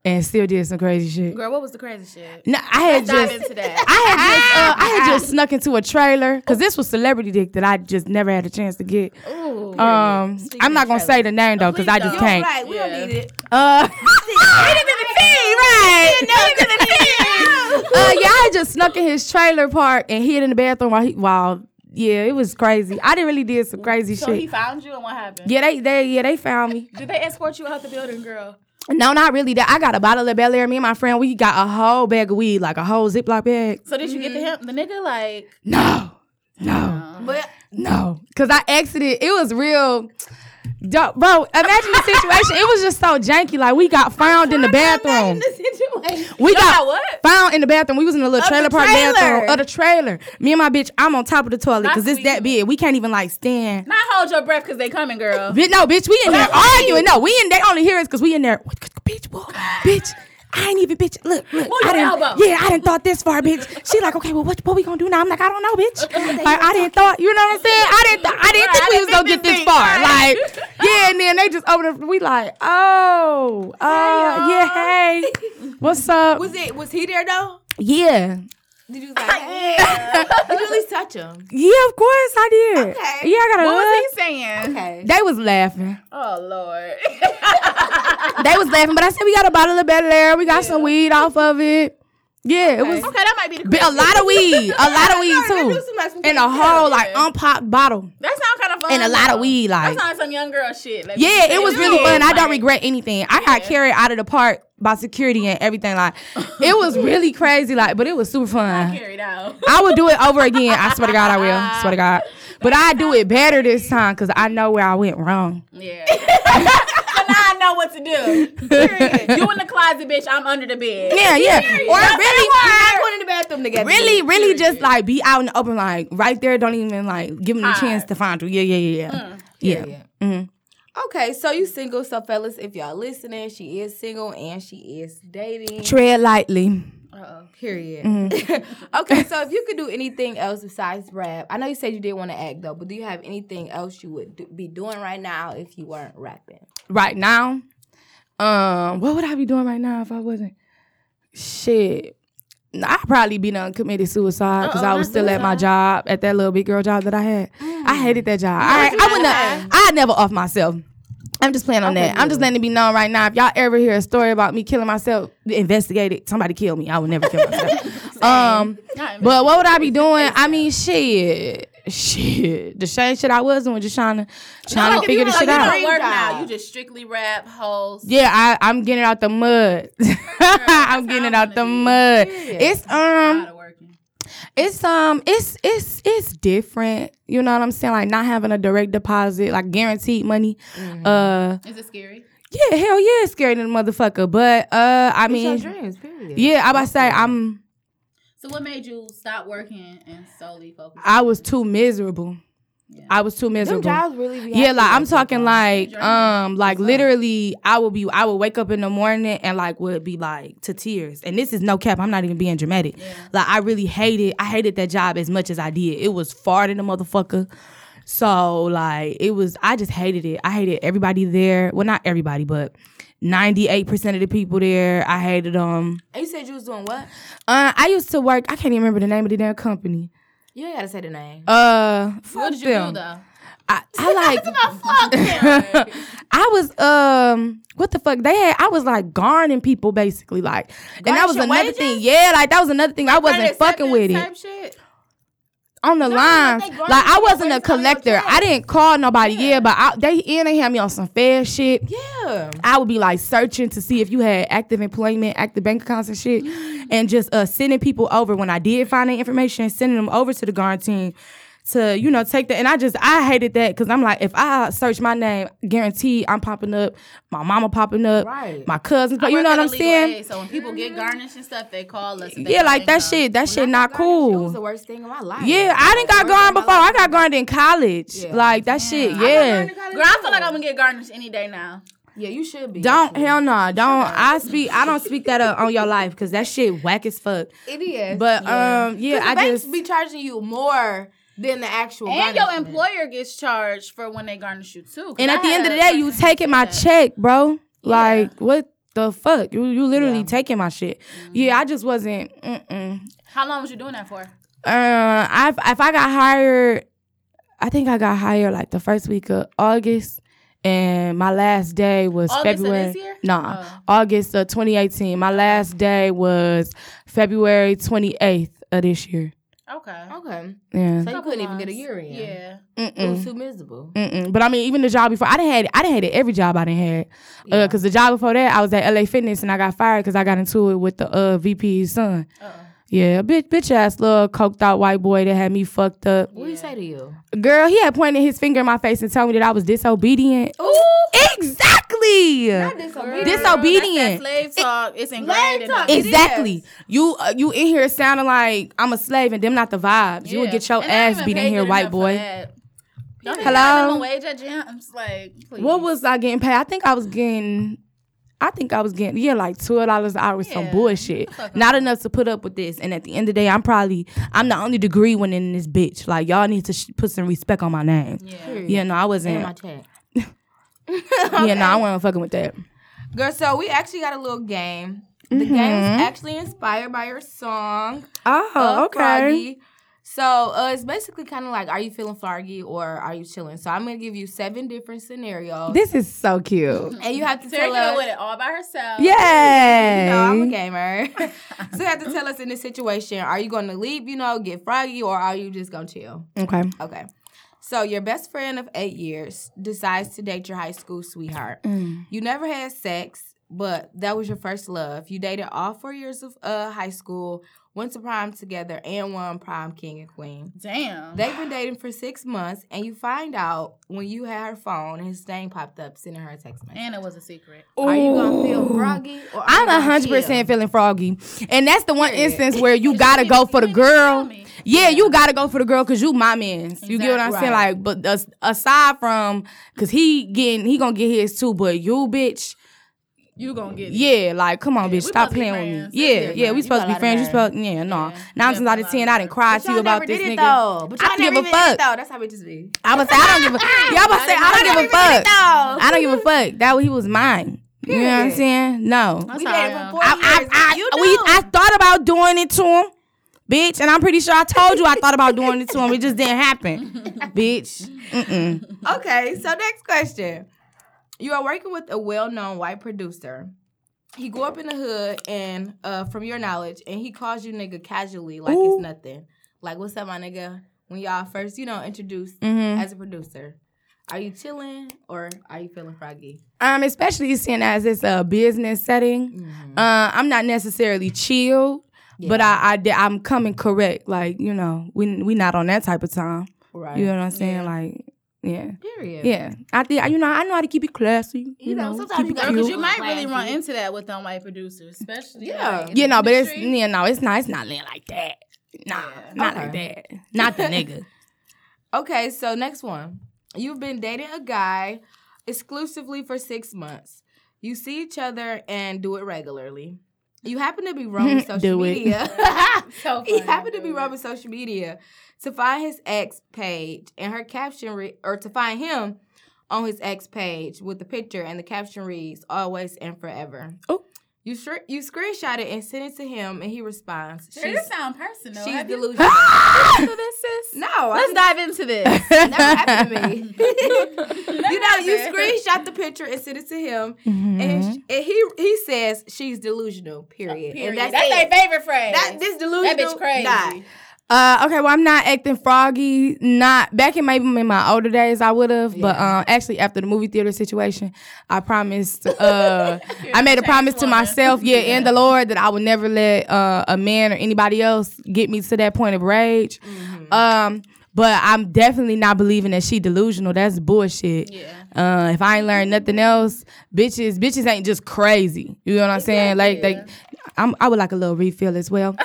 Speaker 3: and still did some crazy shit.
Speaker 2: Girl, what was the crazy shit?
Speaker 3: No, I had
Speaker 2: Dive
Speaker 3: just.
Speaker 2: into that.
Speaker 3: I had just uh, I had just snuck into a trailer because this was celebrity dick that I just never had a chance to get.
Speaker 2: Ooh.
Speaker 3: Um, I'm not gonna say the name though because I just
Speaker 2: Oh, please don't.
Speaker 3: can't.
Speaker 1: right, we
Speaker 2: Yeah.
Speaker 1: don't need it.
Speaker 3: Uh, Uh, yeah, I just snuck in his trailer park and hid in the bathroom while he while yeah, it was crazy. I didn't really did some crazy
Speaker 2: So
Speaker 3: shit.
Speaker 2: he found you, and what happened?
Speaker 3: yeah, they they yeah they found me.
Speaker 2: Did they escort you out the building, girl?
Speaker 3: No, not really. That I got a bottle of Bel Air. Me and my friend, we got a whole bag of weed, like a whole Ziploc bag.
Speaker 2: So did you get to him, the nigga? Like,
Speaker 3: No, no, but no, because I exited. It was real. Duh, bro, imagine the situation. It was just so janky. Like we got found in the bathroom.
Speaker 1: The situation.
Speaker 3: We got
Speaker 2: what?
Speaker 3: found in the bathroom. We was in the little
Speaker 4: Of the
Speaker 3: trailer park
Speaker 4: trailer.
Speaker 3: bathroom of the trailer. Me and my bitch, I'm on top of the toilet because
Speaker 2: That's
Speaker 3: it's that big. We can't even like stand.
Speaker 2: Not hold your breath because they coming, girl.
Speaker 3: Bitch, no, bitch, we in there
Speaker 2: That's what we-
Speaker 3: arguing. No, we in. They only hear us because we in there. Bitch, whoa, bitch. I ain't even bitch. Look, look.
Speaker 2: Move
Speaker 3: I
Speaker 2: your
Speaker 3: didn't,
Speaker 2: elbow.
Speaker 3: yeah, I didn't thought this far, bitch. She like, okay, well, what, what we gonna do now? I'm like, I don't know, bitch. Like, I didn't thought. You know what I'm saying? I didn't. Th- I didn't
Speaker 2: Right,
Speaker 3: think we
Speaker 2: I
Speaker 3: was
Speaker 2: didn't
Speaker 3: gonna get
Speaker 2: think
Speaker 3: this
Speaker 2: this thing,
Speaker 3: far.
Speaker 2: right.
Speaker 3: Like, yeah. And then they just opened up. We like, oh, uh, yeah, hey, what's up?
Speaker 1: Was it? Was he there though?
Speaker 3: Yeah.
Speaker 1: Did you like? hey. Did you at least touch him?
Speaker 3: Yeah, of course I did.
Speaker 1: Okay.
Speaker 3: Yeah, I got a
Speaker 2: What was
Speaker 3: hug.
Speaker 2: he saying?
Speaker 1: Okay.
Speaker 3: They was laughing.
Speaker 2: Oh Lord.
Speaker 3: They was laughing, but I said we got a bottle of Bel Air. We got some weed off of it. Yeah, it was
Speaker 2: okay, that might be the.
Speaker 3: bi- a lot of weed, a lot of weed too, and a whole like
Speaker 2: Yeah. Uh-huh.
Speaker 3: unpopped bottle
Speaker 2: That sound kind of fun.
Speaker 3: and a lot of weed.
Speaker 2: That
Speaker 3: Like,
Speaker 2: sounds some young girl shit. Like,
Speaker 3: yeah, it was really fun. I don't regret anything. I got
Speaker 2: Yeah.
Speaker 3: carried out of the park by security and everything. Like, it was really crazy. Like, but it was super fun.
Speaker 2: Carried out.
Speaker 3: I would do it over again. I swear to God, I will. Swear to God. But I do it better this time because I know where I went wrong.
Speaker 2: Yeah. but now I know what to do. Period. You in the closet, bitch. I'm under the bed.
Speaker 3: Yeah, yeah. Or really,
Speaker 1: Going in the bathroom together.
Speaker 3: really, really just like be out in the open, like right there. Don't even like give them a
Speaker 2: Hide.
Speaker 3: chance to find you. Yeah, yeah, yeah, yeah. Mm. yeah.
Speaker 1: Period.
Speaker 3: Mhm.
Speaker 1: Okay, so you single, so fellas, if y'all listening, she is single and she is dating.
Speaker 3: Mm-hmm. Tread lightly.
Speaker 1: Period.
Speaker 3: Mm-hmm.
Speaker 1: okay, so if you could do anything else besides rap, I know you said you didn't want to act though, but do you have anything else you would do, be doing right now if you weren't rapping?
Speaker 3: Right now, um, what would I be doing right now if I wasn't? Shit. Nah, I'd probably be done committed suicide because I was still at my job, at that little big girl job that I had.
Speaker 2: Mm.
Speaker 3: I hated that job. I, I would not, I never off myself. I'm just playing on that. I'm just letting it be known right now. If y'all ever hear a story about me killing myself, investigate it. Somebody kill me. I would never kill myself. um,
Speaker 2: Not in-
Speaker 3: but what would I be doing? I mean, shit, shit. The same shit I was doing, just trying to, trying to figure
Speaker 2: you
Speaker 3: this
Speaker 2: don't-
Speaker 3: shit
Speaker 2: you
Speaker 3: out.
Speaker 2: don't work now.
Speaker 1: job.
Speaker 2: You just strictly rap, hoes.
Speaker 3: Yeah, I, I'm getting it out the mud. I'm getting it
Speaker 2: how I
Speaker 3: out the
Speaker 2: wanna
Speaker 3: mud. It's um,
Speaker 2: Out of working.
Speaker 3: it's um, it's it's it's different. You know what I'm saying? Like not having a direct deposit, like guaranteed money. Uh,
Speaker 2: Is it scary?
Speaker 3: yeah, hell yeah, it's scary than a motherfucker. But uh, I mean,
Speaker 1: dreams, period.
Speaker 3: yeah, I about to say I'm.
Speaker 2: So what made you stop working and solely focus?
Speaker 3: I was too miserable.
Speaker 2: Yeah.
Speaker 3: I was too
Speaker 1: Them
Speaker 3: miserable.
Speaker 1: jobs really be
Speaker 3: Yeah, like I'm
Speaker 1: happening
Speaker 3: talking like
Speaker 2: Journey.
Speaker 3: um like literally I would be I would wake up in the morning and like would be like to tears. And this is no cap, I'm not even being dramatic. Like I really hated I hated that job as much as I did. It was far than a motherfucker. So like it was I just hated it. I hated everybody there. Well not everybody, but 98% of the people there. I hated them.
Speaker 1: And you said you was doing what?
Speaker 3: Uh, I used to work, I can't even remember the name of the damn company.
Speaker 1: You ain't gotta say the name.
Speaker 3: Uh fuck
Speaker 2: what did you
Speaker 3: them.
Speaker 2: do though?
Speaker 3: I, I like
Speaker 2: Fuck them.
Speaker 3: I was um what the fuck they had I was like garning people basically like and that was
Speaker 1: Garnishing
Speaker 3: another thing yeah like that was another thing I wasn't fucking with it
Speaker 2: Type shit.
Speaker 3: on the lines
Speaker 2: they
Speaker 3: like
Speaker 2: garnish
Speaker 3: I
Speaker 2: your
Speaker 3: wasn't a
Speaker 2: waist on your
Speaker 3: collector
Speaker 2: chest.
Speaker 3: I didn't call nobody yeah, but I, they and they had me on some fair shit
Speaker 1: Yeah.
Speaker 3: I would be like searching to see if you had active employment, active bank accounts and shit,
Speaker 1: Mm.
Speaker 3: and just uh, sending people over when I did find that information, sending them over to the guard team to you know take that. And I just I hated that because I'm like, if I search my name, guaranteed I'm popping up, my mama popping up,
Speaker 1: Right.
Speaker 3: my cousins, but you
Speaker 2: Work
Speaker 3: know what
Speaker 2: at a
Speaker 3: I'm
Speaker 2: legal
Speaker 3: saying?
Speaker 2: aid, so when people get garnished and stuff, they call us. and they
Speaker 3: Yeah,
Speaker 2: don't
Speaker 3: like that
Speaker 2: income.
Speaker 3: shit. That shit
Speaker 1: I
Speaker 3: not
Speaker 1: got garnished, It
Speaker 3: cool.
Speaker 1: was the worst thing in my life.
Speaker 3: yeah, I didn't got
Speaker 1: Worst
Speaker 3: garned
Speaker 1: thing in
Speaker 3: before.
Speaker 1: my
Speaker 3: I
Speaker 1: life.
Speaker 3: got garned in college.
Speaker 1: Yeah.
Speaker 3: Like that shit.
Speaker 2: I got
Speaker 3: Yeah.
Speaker 2: Girl, I feel like I'm gonna get garnished any day now.
Speaker 1: Yeah, you should be.
Speaker 3: Don't hell no. Don't I speak I don't speak that up on your life because that shit whack as fuck.
Speaker 1: It is.
Speaker 3: But um, yeah,
Speaker 1: 'Cause the
Speaker 3: I
Speaker 1: banks
Speaker 3: just
Speaker 1: be charging you more than the actual.
Speaker 2: And your
Speaker 1: garnishment.
Speaker 2: employer gets charged for when they garnish you too. 'Cause
Speaker 3: and
Speaker 2: I
Speaker 3: at the end of the
Speaker 2: had
Speaker 3: day,
Speaker 2: a
Speaker 3: you
Speaker 2: person
Speaker 3: taking
Speaker 2: say
Speaker 3: my
Speaker 2: that.
Speaker 3: check, bro. Like what the fuck? You you literally taking my shit. Yeah, I just wasn't. Mm-mm.
Speaker 2: How long was you doing that for?
Speaker 3: Uh, I if I got hired, I think I got hired like the first week of August. And my last day was
Speaker 2: August of this
Speaker 3: February.
Speaker 2: year?
Speaker 3: Nah, August of 2018. My last day was February 28th of this year.
Speaker 2: Okay.
Speaker 1: Okay,
Speaker 3: Yeah.
Speaker 1: so you couldn't even get a year in.
Speaker 2: Yeah.
Speaker 1: it
Speaker 3: Mm-hmm.
Speaker 1: was too miserable.
Speaker 3: Mm-mm. But I mean, even the job before, I didn't had I didn't had every job I didn't had. Uh 'cause Cause the job before that, I was at LA Fitness and I got fired because I got into it with the uh, VP's son.
Speaker 2: Uh-uh.
Speaker 3: Yeah, bitch, bitch ass little coked out white boy that had me fucked up.
Speaker 1: What do you say to you?
Speaker 2: Oh.
Speaker 3: Girl, he had pointed his finger in my face and told me that I was disobedient. Exactly. Exactly.
Speaker 1: disobedient.
Speaker 3: Disobedient.
Speaker 2: That slave talk. It's ingrained. in us.
Speaker 1: talk.
Speaker 3: Exactly. You uh, you in here sounding like I'm a slave and them not the vibes. You would
Speaker 2: Yeah.
Speaker 3: get your
Speaker 2: And they don't
Speaker 3: ass
Speaker 2: even
Speaker 3: beat
Speaker 2: pay
Speaker 3: in here,
Speaker 2: good
Speaker 3: white
Speaker 2: enough for
Speaker 3: boy.
Speaker 2: that. Don't they
Speaker 3: Hello?
Speaker 2: have minimum wage at gyms? Like, please.
Speaker 3: What was I getting paid? I think I was getting. I think I was getting yeah like twelve dollars an hour is some
Speaker 2: Yeah.
Speaker 3: bullshit. Not enough to put up with this. And at the end of the day, I'm probably I'm the only degree winning in this bitch. Like y'all need to sh- put some respect on my name.
Speaker 2: Yeah.
Speaker 3: Yeah, no, I wasn't.
Speaker 1: my chat.
Speaker 3: Yeah, no, I wasn't fucking with that.
Speaker 1: Girl, so we actually got a little game. The game is actually inspired by your song.
Speaker 3: Mm-hmm. Oh,
Speaker 1: of
Speaker 3: okay.
Speaker 1: Froggy. So uh, it's basically kind of like, are you feeling froggy or are you chilling? So I'm gonna give you seven different scenarios,
Speaker 3: This is so cute.
Speaker 1: and you have to tell
Speaker 2: Terry came up
Speaker 1: us.
Speaker 2: with it all by herself.
Speaker 3: Yay!
Speaker 1: You know, I'm a gamer. so you have to tell us in this situation, are you gonna leave? You know, get froggy, or are you just gonna chill?
Speaker 3: okay.
Speaker 1: Okay. So your best friend of eight years decides to date your high school sweetheart. You never had sex, but that was your first love. You dated all four years of uh, high school, went to prom together, and won prom king and queen.
Speaker 2: Damn.
Speaker 1: They've been dating for six months, and you find out when you had her phone, his name popped up, sending her a text message.
Speaker 2: and it was a secret.
Speaker 3: Oh,
Speaker 1: Are you gonna feel froggy? Or are
Speaker 3: I'm
Speaker 1: you gonna
Speaker 3: hundred
Speaker 1: chill?
Speaker 3: percent feeling froggy, and that's the one instance where you gotta
Speaker 2: didn't-
Speaker 3: go
Speaker 2: you
Speaker 3: for the
Speaker 2: didn't even tell
Speaker 3: girl.
Speaker 2: me.
Speaker 3: Yeah, you gotta go for the girl because you my man's. You get what I'm saying?
Speaker 1: Right.
Speaker 3: Like, but as- aside from, cause he getting he gonna get his too, but you bitch,
Speaker 2: You gonna get
Speaker 3: yeah, like come on,
Speaker 2: Yeah, we
Speaker 3: bitch, stop
Speaker 2: supposed to be
Speaker 3: playing with me.
Speaker 2: friends.
Speaker 3: Yeah, yeah,
Speaker 2: Yeah,
Speaker 3: we
Speaker 2: you
Speaker 3: supposed
Speaker 1: got
Speaker 3: to be
Speaker 1: a lot
Speaker 3: friends. You
Speaker 1: of
Speaker 3: supposed, yeah, no. Nine times out of ten, I didn't cry to
Speaker 1: Y'all
Speaker 3: you about
Speaker 1: never
Speaker 3: this
Speaker 1: did it
Speaker 3: nigga.
Speaker 1: though. But
Speaker 3: I
Speaker 1: y'all never
Speaker 3: don't give a
Speaker 1: even did
Speaker 3: fuck.
Speaker 1: it though. That's how bitches be.
Speaker 3: I was say I don't give a. Y'all about to say I don't give a fuck.
Speaker 1: though.
Speaker 3: I don't give a fuck. That he was mine. You know what I'm
Speaker 1: Period.
Speaker 3: saying? No.
Speaker 2: That's
Speaker 1: We
Speaker 2: how
Speaker 1: dated
Speaker 2: I
Speaker 1: for
Speaker 2: am.
Speaker 1: four
Speaker 3: I,
Speaker 1: years.
Speaker 3: I, I,
Speaker 1: you
Speaker 3: we,
Speaker 1: know.
Speaker 3: I thought about doing it to him, bitch, and I'm pretty sure I told you I thought about doing it to him. It just didn't happen, bitch. Mm-mm.
Speaker 1: Okay, so next question. You are working with a well-known white producer. He grew up in the hood, and uh, from your knowledge, and he calls you nigga casually, like
Speaker 3: Ooh.
Speaker 1: it's nothing. Like, what's up, my nigga? When y'all first, you know, introduced
Speaker 3: Mhm.
Speaker 1: as a producer, are you chilling or are you feeling froggy?
Speaker 3: Um, especially seeing as it's a business setting, uh, I'm not necessarily chilled, but I, I, di- I'm coming correct. Like you know, we we not on that type of time.
Speaker 1: Right.
Speaker 3: You know what I'm saying? Like, yeah,
Speaker 1: Period.
Speaker 3: yeah. I think you know I know how to keep it classy. You,
Speaker 1: You know,
Speaker 3: know,
Speaker 1: sometimes
Speaker 3: keep
Speaker 1: you
Speaker 3: it
Speaker 1: gotta
Speaker 2: Girl, 'cause
Speaker 3: cute.
Speaker 2: you might really run into that with them white producers, especially.
Speaker 1: Yeah.
Speaker 2: like, in
Speaker 3: Yeah,
Speaker 2: the
Speaker 3: no, but it's
Speaker 2: industry.
Speaker 3: yeah, no, it's not. It's not lit like that. Nah, not like that. Not the nigga.
Speaker 1: Okay, so next one. You've been dating a guy exclusively for six months. You see each other and do it regularly. You happen to be roaming social
Speaker 3: Do it.
Speaker 1: media.
Speaker 2: So
Speaker 1: he
Speaker 2: funny,
Speaker 1: happened to be
Speaker 2: dude.
Speaker 1: roaming social media to find his ex page and her caption, re- or to find him on his ex page with the picture and the caption reads "Always and Forever."
Speaker 3: Oh.
Speaker 1: You scr- you screenshot it and send it to him, and he responds,
Speaker 2: Girl,
Speaker 1: "She's,
Speaker 2: this sound personal.
Speaker 1: she's
Speaker 2: Have you-
Speaker 1: delusional." no, I
Speaker 2: Let's dive into this.
Speaker 1: Never happened to me. you know, you
Speaker 2: happened.
Speaker 1: screenshot the picture and send it to him, and,
Speaker 2: Mm-hmm.
Speaker 1: sh- and he he says she's delusional. Period.
Speaker 2: Period.
Speaker 1: And that's,
Speaker 2: that's their
Speaker 1: it.
Speaker 2: favorite phrase.
Speaker 1: That this delusional.
Speaker 2: that bitch crazy.
Speaker 1: Nah.
Speaker 3: Uh, okay, well, I'm not acting froggy. Not back in maybe in my older days, I would have, but um, actually after the movie theater situation, I promised. Uh, I made a
Speaker 2: changed
Speaker 3: promise to
Speaker 2: woman.
Speaker 3: myself, yeah, and the Lord that I would never let uh, a man or anybody else get me to that point of rage. Um, but I'm definitely not believing that she delusional. That's bullshit.
Speaker 2: Yeah.
Speaker 3: Uh, if I ain't learned nothing else, bitches, bitches ain't just crazy. You know what I'm saying? Like they, I'm, I would like a little refill as well.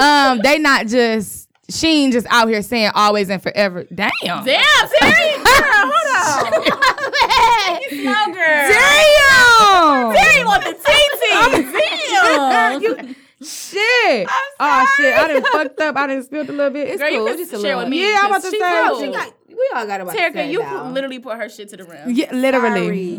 Speaker 3: um, they not just she ain't just out here saying always and forever. Damn. Damn.
Speaker 2: Damn, Terry. Girl, hold on. no, girl.
Speaker 3: Damn.
Speaker 2: want the TT. Damn.
Speaker 3: Shit. Oh shit. I done fucked up. I done spilled a little bit. It's
Speaker 2: Girl,
Speaker 3: cool.
Speaker 2: you
Speaker 3: Just
Speaker 2: just
Speaker 3: a
Speaker 2: share
Speaker 3: little.
Speaker 2: with me.
Speaker 3: yeah, I'm about to
Speaker 2: because
Speaker 3: say.
Speaker 2: she cool.
Speaker 1: She got- we all got about
Speaker 2: Terry,
Speaker 1: Terry,
Speaker 2: you put, literally put her shit to the rim.
Speaker 3: Yeah, literally.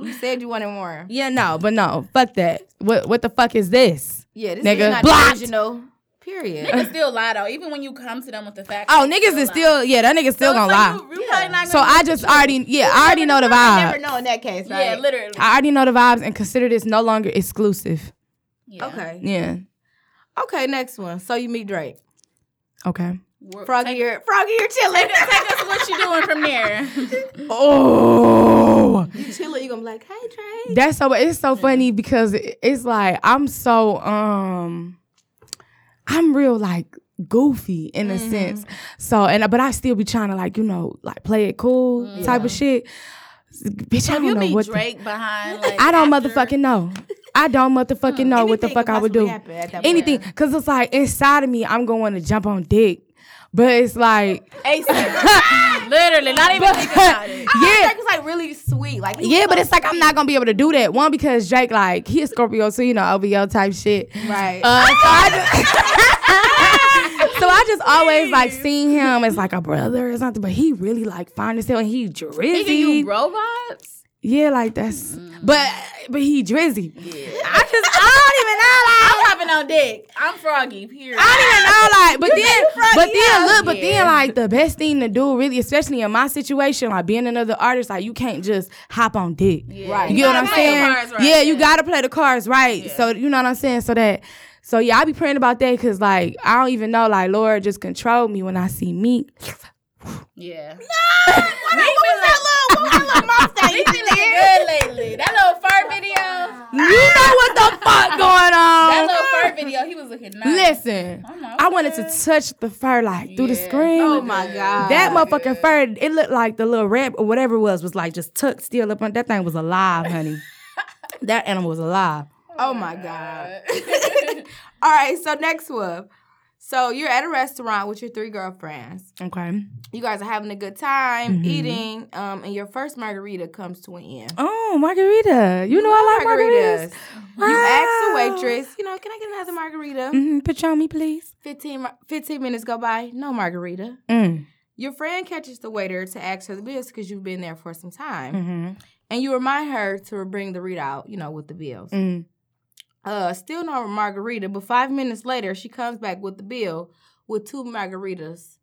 Speaker 1: You said you wanted more.
Speaker 3: yeah, no, but no. Fuck that. What what the fuck is this?
Speaker 1: Yeah, this
Speaker 3: Nigga,
Speaker 1: is not
Speaker 3: blocked.
Speaker 1: delusional. Period.
Speaker 2: Niggas still lie though, even when you come to them with the fact.
Speaker 3: Oh, niggas is still yeah, that nigga still gonna lie. so I just already yeah, I already know the
Speaker 1: Never
Speaker 3: vibe.
Speaker 1: know in that case, right?
Speaker 2: yeah, literally.
Speaker 3: I already know the vibes and consider this no longer exclusive.
Speaker 2: Yeah.
Speaker 1: Okay.
Speaker 3: Yeah.
Speaker 1: Okay. Next one. So you meet Drake.
Speaker 3: Okay.
Speaker 2: We're-
Speaker 1: Froggy,
Speaker 2: take-
Speaker 1: you're Froggy, you're chilling.
Speaker 2: Take us what you doing from there.
Speaker 3: Oh,
Speaker 1: you chilling. You gonna be like, hey Drake.
Speaker 3: that's so. It's so funny because it- it's like I'm so um, I'm real like goofy in
Speaker 2: Mm-hmm.
Speaker 3: a sense. So and but I still be trying to like you know like play it cool type of shit. Bitch, I
Speaker 2: Mm-hmm. You
Speaker 3: don't know
Speaker 2: be
Speaker 3: what. the-
Speaker 2: Drake behind. Like,
Speaker 3: I don't
Speaker 2: after- Hmm.
Speaker 3: motherfucking know. I don't motherfucking know what the fuck I would do. Anything, cause it's like inside of me, I'm going to jump on dick, but it's like,
Speaker 2: ASAP. Literally, not even
Speaker 3: but
Speaker 2: thinking about it.
Speaker 3: yeah,
Speaker 1: Drake was like really sweet. Like he
Speaker 3: yeah, but it's like I'm not gonna be able to do that. One because Drake, like, he a Scorpio, so you know OVO type shit.
Speaker 1: Right.
Speaker 3: Uh, so, I just, so I just always like seeing him as like a brother or something, but he really like fine as hell and he
Speaker 2: He give
Speaker 3: drizzy.
Speaker 2: you bro Mm. vibes.
Speaker 3: Yeah, like that's, but but he drizzy. I just I don't even know like.
Speaker 2: I'm hopping on dick. I'm froggy. Period.
Speaker 3: I don't even know, like, but then, but then,
Speaker 2: up.
Speaker 3: look, but
Speaker 2: Yeah.
Speaker 3: then, like, the best thing to do, really, especially in my situation, like being another artist, like, you can't just hop on dick.
Speaker 2: Right.
Speaker 3: You
Speaker 2: You
Speaker 3: know what
Speaker 2: gotta
Speaker 3: I'm
Speaker 2: play the
Speaker 3: saying?
Speaker 2: cards right,
Speaker 3: Yeah, you
Speaker 2: yeah.
Speaker 3: gotta play the cards right. So you know what I'm saying. So that, so yeah, I be praying about that because like I don't even know. Like Lord, just control me when I see me.
Speaker 2: Yeah. No. What was that little? What was that little good lately? That little fur video.
Speaker 3: You know what the fuck going
Speaker 2: That
Speaker 3: on?
Speaker 2: little fur video. He was looking nice.
Speaker 3: Listen,
Speaker 2: like,
Speaker 3: I wanted to touch the fur like through the
Speaker 2: Yeah.
Speaker 3: screen.
Speaker 1: oh my god.
Speaker 3: That motherfucking fur, it looked like the little rap or whatever it was, was like just tucked still up on that thing was alive, honey. that animal was alive.
Speaker 1: Oh my god. All right. So next one. So you're at a restaurant with your three girlfriends.
Speaker 3: Okay.
Speaker 1: You guys are having a good time
Speaker 3: Mm-hmm.
Speaker 1: eating, um, and your first margarita comes to an end.
Speaker 3: Oh, margarita. You, know I like margaritas.
Speaker 1: You
Speaker 3: Wow.
Speaker 1: ask the waitress, you know, can I get another margarita?
Speaker 3: Mhm, put you on me, please.
Speaker 1: 15, mar- 15 minutes go by, no margarita.
Speaker 3: Mm.
Speaker 1: Your friend catches the waiter to ask her the bills because you've been there for some time.
Speaker 3: Mm-hmm.
Speaker 1: And you remind her to bring the readout, you know, with the bills.
Speaker 3: Mm.
Speaker 1: Uh, still no margarita, but five minutes later, she comes back with the bill with two margaritas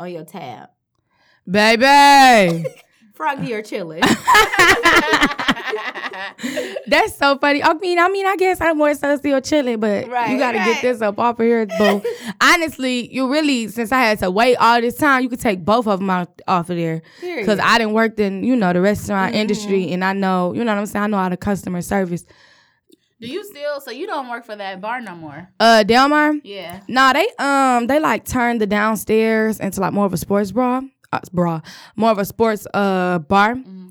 Speaker 1: on your tab.
Speaker 3: Baby.
Speaker 1: Froggy, you're chilling.
Speaker 3: That's so funny. I mean, I mean, I guess I'm more so still chilling, but
Speaker 1: Right,
Speaker 3: you gotta
Speaker 1: right.
Speaker 3: get this up off of here, boo. Honestly, you really, since I had to wait all this time, you could take both of them out, off of there. Because
Speaker 1: Period.
Speaker 3: I didn't work in, you know, the restaurant industry, and I know, you know what I'm saying? I know how to customer service.
Speaker 2: Do you still? So you don't work for that bar no more?
Speaker 3: Uh, Delmar?
Speaker 2: Yeah.
Speaker 3: Nah, they um they like turned the downstairs into like more of a sports bra, uh, bra, more of a sports uh bar,
Speaker 2: Mm-hmm.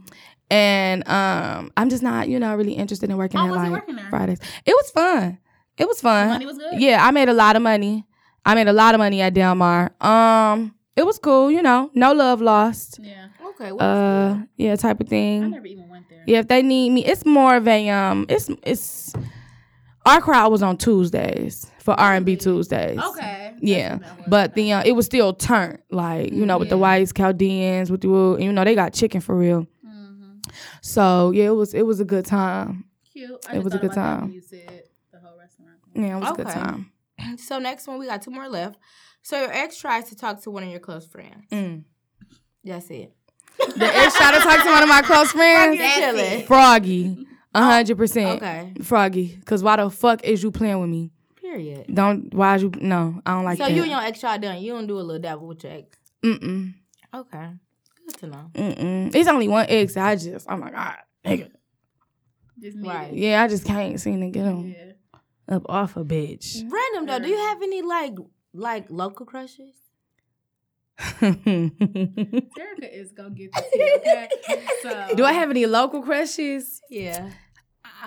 Speaker 3: and um I'm just not you know really interested in working
Speaker 2: Oh,
Speaker 3: at
Speaker 2: was it
Speaker 3: like
Speaker 2: working there?
Speaker 3: Fridays. It was fun. It was fun.
Speaker 2: money was good?
Speaker 3: Uh, Yeah, I made a lot of money. I made a lot of money at Delmar. Um, it was cool. You know, no love lost.
Speaker 2: Yeah.
Speaker 1: Okay, well,
Speaker 3: Uh, yeah, type of thing.
Speaker 2: I never even went there.
Speaker 3: Yeah, if they need me, it's more of a um, it's it's our crowd was on Tuesdays for R and B Tuesdays.
Speaker 2: Okay.
Speaker 3: Yeah, but the uh, it was still turnt like you know with the whites, Chaldeans, with the wood, you know they got chicken for real. So yeah, it was it was a good time.
Speaker 2: Mm-hmm. Cute. I
Speaker 3: It
Speaker 2: just
Speaker 3: was a
Speaker 2: thought
Speaker 3: good
Speaker 2: about that
Speaker 3: time.
Speaker 2: when You said the whole restaurant.
Speaker 3: Yeah, it was a good
Speaker 1: Okay.
Speaker 3: time.
Speaker 1: so next one, we got two more left. So your ex tries to talk to one of your close friends. That's it.
Speaker 3: Mm. The ex tried to talk to one of my close friends,
Speaker 1: You're chilling.
Speaker 3: Froggy, a hundred percent.
Speaker 1: Oh, Okay.
Speaker 3: Froggy, cause why the fuck is you playing with me?
Speaker 1: Period.
Speaker 3: Don't why is you no? I don't like
Speaker 1: So
Speaker 3: that.
Speaker 1: you and your ex y'all done. You don't do a little dabble with your ex.
Speaker 3: Mm-mm.
Speaker 1: Okay. Good to know.
Speaker 3: Mm-mm. It's only one ex. that I just, oh my God, nigga.
Speaker 2: Just me.
Speaker 1: Right.
Speaker 3: Yeah, I just can't seem to get him
Speaker 2: Yeah.
Speaker 3: up off a bitch.
Speaker 1: Random though, do you have any like like local crushes?
Speaker 2: Erica is gonna get this. Here, okay. So
Speaker 3: Do I have any local crushes?
Speaker 1: Yeah.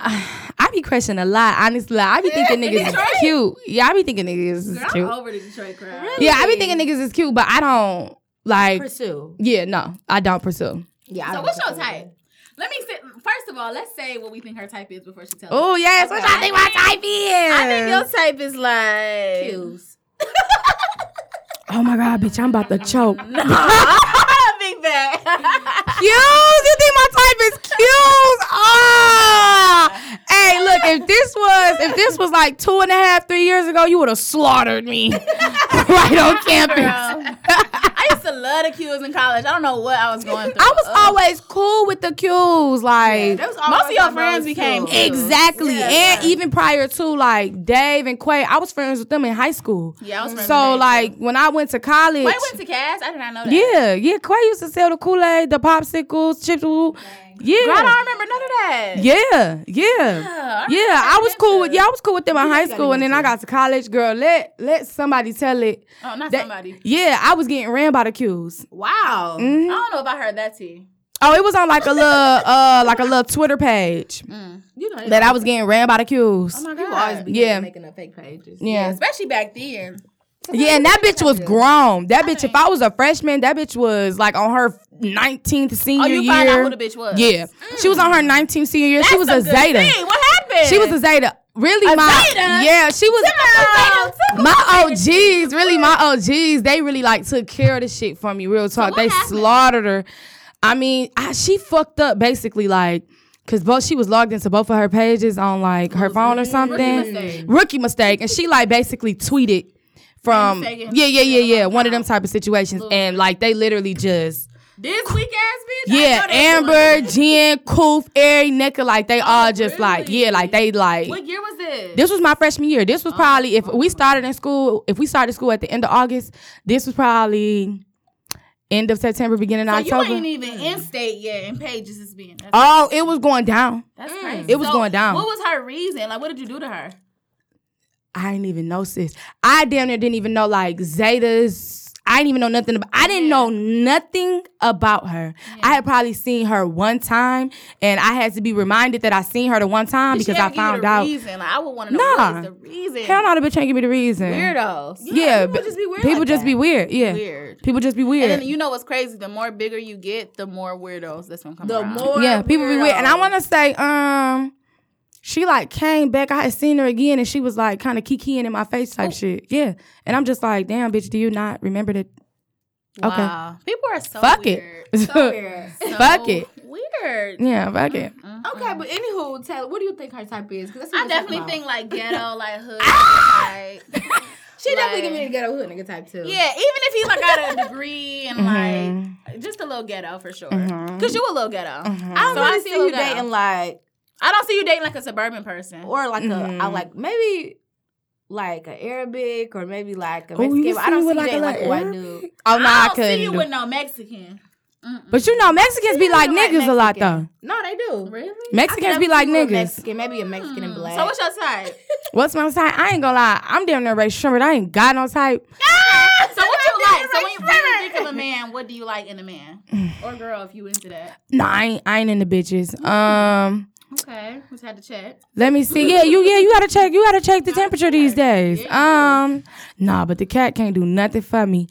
Speaker 3: I be crushing a lot, honestly. Like, I be thinking niggas is cute. Yeah, I be thinking niggas is
Speaker 2: Girl, I'm
Speaker 3: cute.
Speaker 2: over the Detroit crowd.
Speaker 3: Yeah, I be thinking niggas is cute, but I don't like.
Speaker 1: Pursue.
Speaker 3: Yeah, no, I don't pursue.
Speaker 1: Yeah. I
Speaker 2: So
Speaker 1: don't
Speaker 2: what's your
Speaker 1: pursue
Speaker 2: type? Let me say, first of all, let's say what we think her type is before she tells us.
Speaker 3: Oh yes, what y'all think my type is?
Speaker 2: type is
Speaker 1: that.
Speaker 2: like
Speaker 1: Cues.
Speaker 3: oh my god, bitch, I'm about to choke.
Speaker 2: big bag.
Speaker 3: Cues? You think my type is cues? Ah! Hey, look, if this was if this was like two and a half, three years ago, you would have slaughtered me right on campus.
Speaker 2: I used to love the cues in college. I don't know what I was going through.
Speaker 3: I was
Speaker 2: Ugh.
Speaker 3: always cool with the cues, like
Speaker 1: That was all
Speaker 2: Most
Speaker 1: I
Speaker 2: of your
Speaker 1: thought
Speaker 2: friends
Speaker 1: about
Speaker 2: became
Speaker 1: too.
Speaker 2: Ex-
Speaker 3: exactly, and even prior to like Dave and Quay, I was friends with them in high school.
Speaker 2: Yeah, I was friends
Speaker 3: So
Speaker 2: with Dave,
Speaker 3: like when I went to college,
Speaker 2: Wait, went to Cass? I did not know that.
Speaker 3: Yeah, yeah. Quay used to sell the Kool Aid, the popsicles, chips. woo- Yeah.
Speaker 2: Girl, I don't remember none of that.
Speaker 3: Yeah, yeah.
Speaker 2: Yeah,
Speaker 3: Yeah, I was cool with yeah, I was cool with them in high
Speaker 1: gotta
Speaker 3: school, and
Speaker 1: get
Speaker 3: then I got to college. Girl, let let somebody tell it.
Speaker 2: Oh, not
Speaker 3: that-
Speaker 2: somebody.
Speaker 3: Yeah, I was getting ran by the Qs.
Speaker 1: Wow.
Speaker 2: I
Speaker 3: Mhm.
Speaker 2: don't know if I heard that tea.
Speaker 3: Oh, it was on like a little uh like a little Twitter page
Speaker 1: You know,
Speaker 3: that I was getting ran by the Qs.
Speaker 2: Oh my
Speaker 1: people always be
Speaker 3: Yeah.
Speaker 1: making up fake pages.
Speaker 3: Yeah.
Speaker 2: Especially back then.
Speaker 3: Yeah, and that bitch was grown. That bitch, if I was a freshman, that bitch was like on her 19th senior
Speaker 2: Oh, you
Speaker 3: year.
Speaker 2: find out who the bitch was.
Speaker 3: yeah, she was on her 19th senior year.
Speaker 2: Mm. That's
Speaker 3: she was a,
Speaker 2: good
Speaker 3: Zeta.
Speaker 2: thing. What happened?
Speaker 3: She was a Zeta. Really,
Speaker 2: A
Speaker 3: my
Speaker 2: Zeta?
Speaker 3: yeah, she was
Speaker 2: Zeta, Zeta,
Speaker 3: my OGs. Really, my OGs. They really like took care of the shit for me. Real talk. They
Speaker 2: happened?
Speaker 3: slaughtered her. I mean, I, she fucked up basically. Like, cause both she was logged into both of her pages on like her phone or something.
Speaker 2: mistake.
Speaker 3: Rookie mistake. and she like basically tweeted from
Speaker 2: Mistake and-
Speaker 3: yeah, yeah, yeah, yeah. One of them type of situations, and like they literally just.
Speaker 2: This weak ass bitch. I
Speaker 3: Yeah,
Speaker 2: know that one.
Speaker 3: Amber, Jen, Koof, Eric, Nika, like they all just like,
Speaker 2: Oh, really?
Speaker 3: yeah, like they like.
Speaker 2: What year was this?
Speaker 3: This was my freshman year.
Speaker 2: Oh,
Speaker 3: This was probably if we started in school, if we started school at the end of August, this was probably end of September, beginning of
Speaker 2: so Oh, you ain't
Speaker 3: October.
Speaker 2: even in state yet, and pages is being. That's,
Speaker 3: Oh, it was going down.
Speaker 2: that's crazy.
Speaker 3: it was
Speaker 2: So
Speaker 3: going down.
Speaker 2: What was her reason? Like, what did you do to her?
Speaker 3: I didn't even know, sis. I damn near didn't even know like Zeta's. I didn't even know nothing. About, I didn't know nothing about her. I had probably seen her one time, and I had to be reminded that I seen her the one time
Speaker 2: Did she
Speaker 3: because
Speaker 2: ever
Speaker 3: I
Speaker 2: give you the
Speaker 3: found out.
Speaker 2: Reason? Like, I would want to know
Speaker 3: Nah.
Speaker 2: what is the reason.
Speaker 3: Hell no, the bitch ain't give me the reason.
Speaker 2: Weirdos.
Speaker 3: Yeah,
Speaker 2: people just be weird.
Speaker 3: People
Speaker 2: like
Speaker 3: just
Speaker 2: that.
Speaker 3: be weird. Yeah,
Speaker 2: Weird.
Speaker 3: people just be weird.
Speaker 2: And then you know what's crazy? The more bigger you get, the more weirdos that's gonna come.
Speaker 1: The
Speaker 2: around.
Speaker 1: more
Speaker 3: yeah, people be weird. And I
Speaker 1: weirdos.
Speaker 3: want to say, um, she like came back. I had seen her again, and she was like kind of kikiing in my face type shit. Yeah, and I'm just like, damn, bitch, do you not remember that? Okay.
Speaker 2: Wow. People are so
Speaker 3: Fuck
Speaker 2: weird.
Speaker 3: it.
Speaker 1: So weird.
Speaker 2: So
Speaker 3: Fuck it.
Speaker 2: Weird.
Speaker 3: yeah, fuck it.
Speaker 1: Okay, but anywho, tell what do you think her type is? 'Cause that's what
Speaker 2: I
Speaker 1: we're
Speaker 2: definitely
Speaker 1: talking
Speaker 2: think
Speaker 1: about.
Speaker 2: like ghetto, like hood.
Speaker 3: Ah!
Speaker 2: like,
Speaker 1: she definitely
Speaker 2: like-
Speaker 1: give me the ghetto hood nigga type too.
Speaker 2: yeah, even if he like got a degree and
Speaker 3: Mm-hmm.
Speaker 2: like just a little ghetto for sure. Cause you a little ghetto.
Speaker 1: I don't
Speaker 2: So
Speaker 1: really
Speaker 2: I
Speaker 1: see
Speaker 2: feel
Speaker 1: you
Speaker 2: that.
Speaker 1: dating like
Speaker 2: I don't see you dating like a suburban person.
Speaker 1: or like
Speaker 3: Mhm.
Speaker 1: a I like maybe like an Arabic or maybe like a
Speaker 3: Oh, you
Speaker 1: Mexican.
Speaker 3: see
Speaker 1: I don't
Speaker 3: me
Speaker 1: see
Speaker 3: with,
Speaker 1: you
Speaker 3: like, a
Speaker 1: dating like a
Speaker 3: little
Speaker 1: white
Speaker 3: Arabic?
Speaker 1: dude.
Speaker 3: Oh no, I,
Speaker 2: I don't
Speaker 3: couldn't.
Speaker 2: see you
Speaker 3: do-
Speaker 2: with no Mexican. Mm-mm.
Speaker 3: but you know, Mexicans be
Speaker 1: Yeah,
Speaker 3: like
Speaker 1: I
Speaker 3: niggas
Speaker 1: like
Speaker 3: a lot though.
Speaker 1: Mexican. No, they do.
Speaker 2: Really?
Speaker 3: Mexicans
Speaker 1: I
Speaker 3: be
Speaker 1: can
Speaker 3: like
Speaker 1: see you with a
Speaker 3: niggas.
Speaker 1: Mexican, maybe a Mexican and
Speaker 2: Mm.
Speaker 1: black.
Speaker 2: So what's your type?
Speaker 3: What's my type? I ain't gonna lie. I'm damn near race shrimp. I ain't got no type. Ah!
Speaker 2: so what you like? So when you really think of a man, what do you like in a man
Speaker 3: Mm.
Speaker 2: or girl? If you into that,
Speaker 3: No, I ain't, I ain't into bitches. Um,
Speaker 2: okay. Just had to check.
Speaker 3: let me see. Yeah, you yeah, you gotta check. You gotta check the temperature these days. Um, nah, but the cat can't do nothing for me.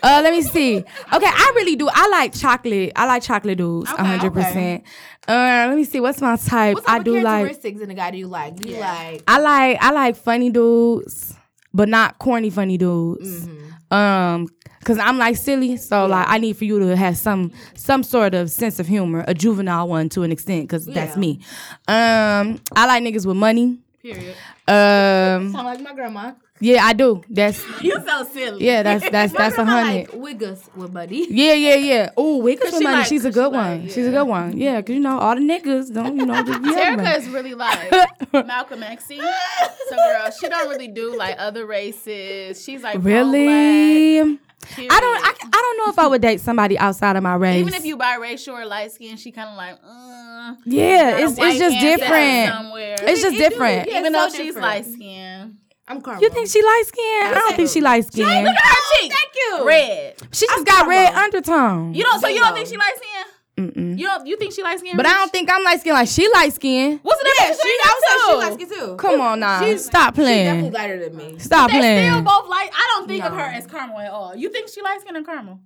Speaker 3: Uh, let me see. Okay, I really do. I like chocolate. I like chocolate dudes,
Speaker 2: Okay,
Speaker 3: hundred percent. Uh, let me see. What's my type?
Speaker 1: What type
Speaker 3: I
Speaker 1: of
Speaker 3: do like.
Speaker 1: characteristics in a guy do you like? Do you like
Speaker 3: I like I like funny dudes, but not corny funny dudes.
Speaker 2: Mm-hmm.
Speaker 3: Um, cause I'm like silly, so like I need for you to have some some sort of sense of humor, a juvenile one to an extent, cause that's
Speaker 1: Yeah.
Speaker 3: me. Um, I like niggas with money.
Speaker 2: Period.
Speaker 3: Um,
Speaker 1: sound like my grandma?
Speaker 3: yeah, I do. That's
Speaker 2: You so silly.
Speaker 3: yeah, that's that's that's a
Speaker 1: grandma
Speaker 3: hundred.
Speaker 1: like wiggas with buddy.
Speaker 3: Yeah, yeah, yeah. Oh, Wiggles for
Speaker 2: she
Speaker 3: money.
Speaker 2: like-
Speaker 3: She's a
Speaker 2: cause
Speaker 3: good
Speaker 2: she
Speaker 3: one.
Speaker 2: like,
Speaker 3: She's a good one. Yeah, cause you know all the niggas don't you know just be having
Speaker 2: Erica
Speaker 3: them.
Speaker 2: is really like Malcolm X. So girl, she don't really do like other races. She's like pro-black,
Speaker 3: Really.
Speaker 2: period.
Speaker 3: I don't. I, I don't know if I would date somebody outside of my race.
Speaker 2: Even if you biracial or light skin, she kind of like, mm,
Speaker 3: yeah,
Speaker 2: got a
Speaker 3: it's
Speaker 2: white
Speaker 3: it's just
Speaker 2: ancestor
Speaker 3: different.
Speaker 2: Somewhere.
Speaker 3: It's just different.
Speaker 1: yeah.
Speaker 2: even
Speaker 1: so
Speaker 2: though she's
Speaker 1: different.
Speaker 2: light skin.
Speaker 1: I'm Carmel.
Speaker 3: You think she light skinned? I don't think she light skinned.
Speaker 2: Look at her cheeks. Thank you. Red.
Speaker 3: She just got red undertone.
Speaker 2: You don't. So you don't
Speaker 1: Yellow.
Speaker 2: think she light skin?
Speaker 3: Mm-mm.
Speaker 2: You don't. You think she light skin?
Speaker 3: But I don't think I'm light skinned like she light skinned.
Speaker 2: What's the
Speaker 1: Yeah,
Speaker 2: difference?
Speaker 1: she. I would say she light skin too.
Speaker 3: Come on now, stop
Speaker 1: She
Speaker 3: playing.
Speaker 1: definitely lighter than me.
Speaker 3: Stop
Speaker 2: They still
Speaker 3: playing.
Speaker 2: both light. I don't think of her as caramel at all. You think she light skin or caramel?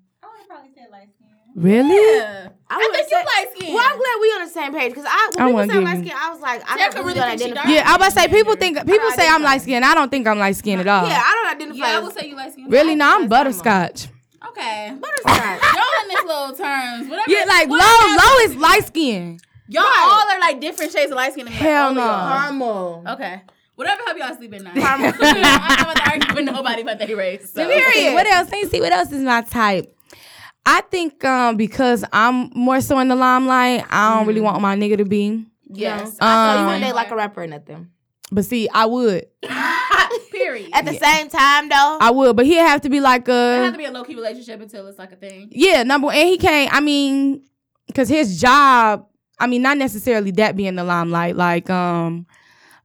Speaker 3: Really?
Speaker 2: Yeah.
Speaker 1: I,
Speaker 2: I
Speaker 1: wouldn't
Speaker 2: think you
Speaker 1: say-
Speaker 2: light skin.
Speaker 1: Well, I'm glad we on the same page because I
Speaker 3: I
Speaker 1: when
Speaker 3: wanna
Speaker 1: people say
Speaker 3: give
Speaker 1: light
Speaker 3: you-
Speaker 1: skin, I was like, I
Speaker 2: Jerica
Speaker 1: don't really
Speaker 2: really think she
Speaker 1: identify.
Speaker 2: dark.
Speaker 3: Yeah, I was about to say people think people say I'm light skinned. I don't think I'm light skinned at all.
Speaker 1: Yeah, I don't identify.
Speaker 2: yeah, I
Speaker 1: as-
Speaker 2: would say you light skin.
Speaker 3: Really? No, I'm butterscotch.
Speaker 2: Okay.
Speaker 1: Butterscotch.
Speaker 2: Y'all in this little terms. Whatever.
Speaker 3: Yeah, like low,
Speaker 2: what-
Speaker 3: low is light skinned.
Speaker 2: Y'all all are like different shades of light skin. and like,
Speaker 3: Hell
Speaker 2: all
Speaker 3: no.
Speaker 2: y'all.
Speaker 1: Caramel.
Speaker 2: Okay. Whatever help y'all sleep at night. I'm not about to argue with nobody but they race. So.
Speaker 3: Okay, what else? Let me see. What else is my type? I think um, because I'm more so in the limelight, I don't really want my nigga to be.
Speaker 1: So
Speaker 2: Yes.
Speaker 1: you
Speaker 3: Um,
Speaker 1: wouldn't date like a rapper or nothing.
Speaker 3: but see, I would,
Speaker 2: Period.
Speaker 1: At the same time though,
Speaker 3: I would, but he'd have to be like
Speaker 2: It has
Speaker 3: a
Speaker 2: to be a low key relationship until it's like a thing.
Speaker 3: yeah number. And he can't. I mean, because his job, I mean, not necessarily that being the limelight, like um,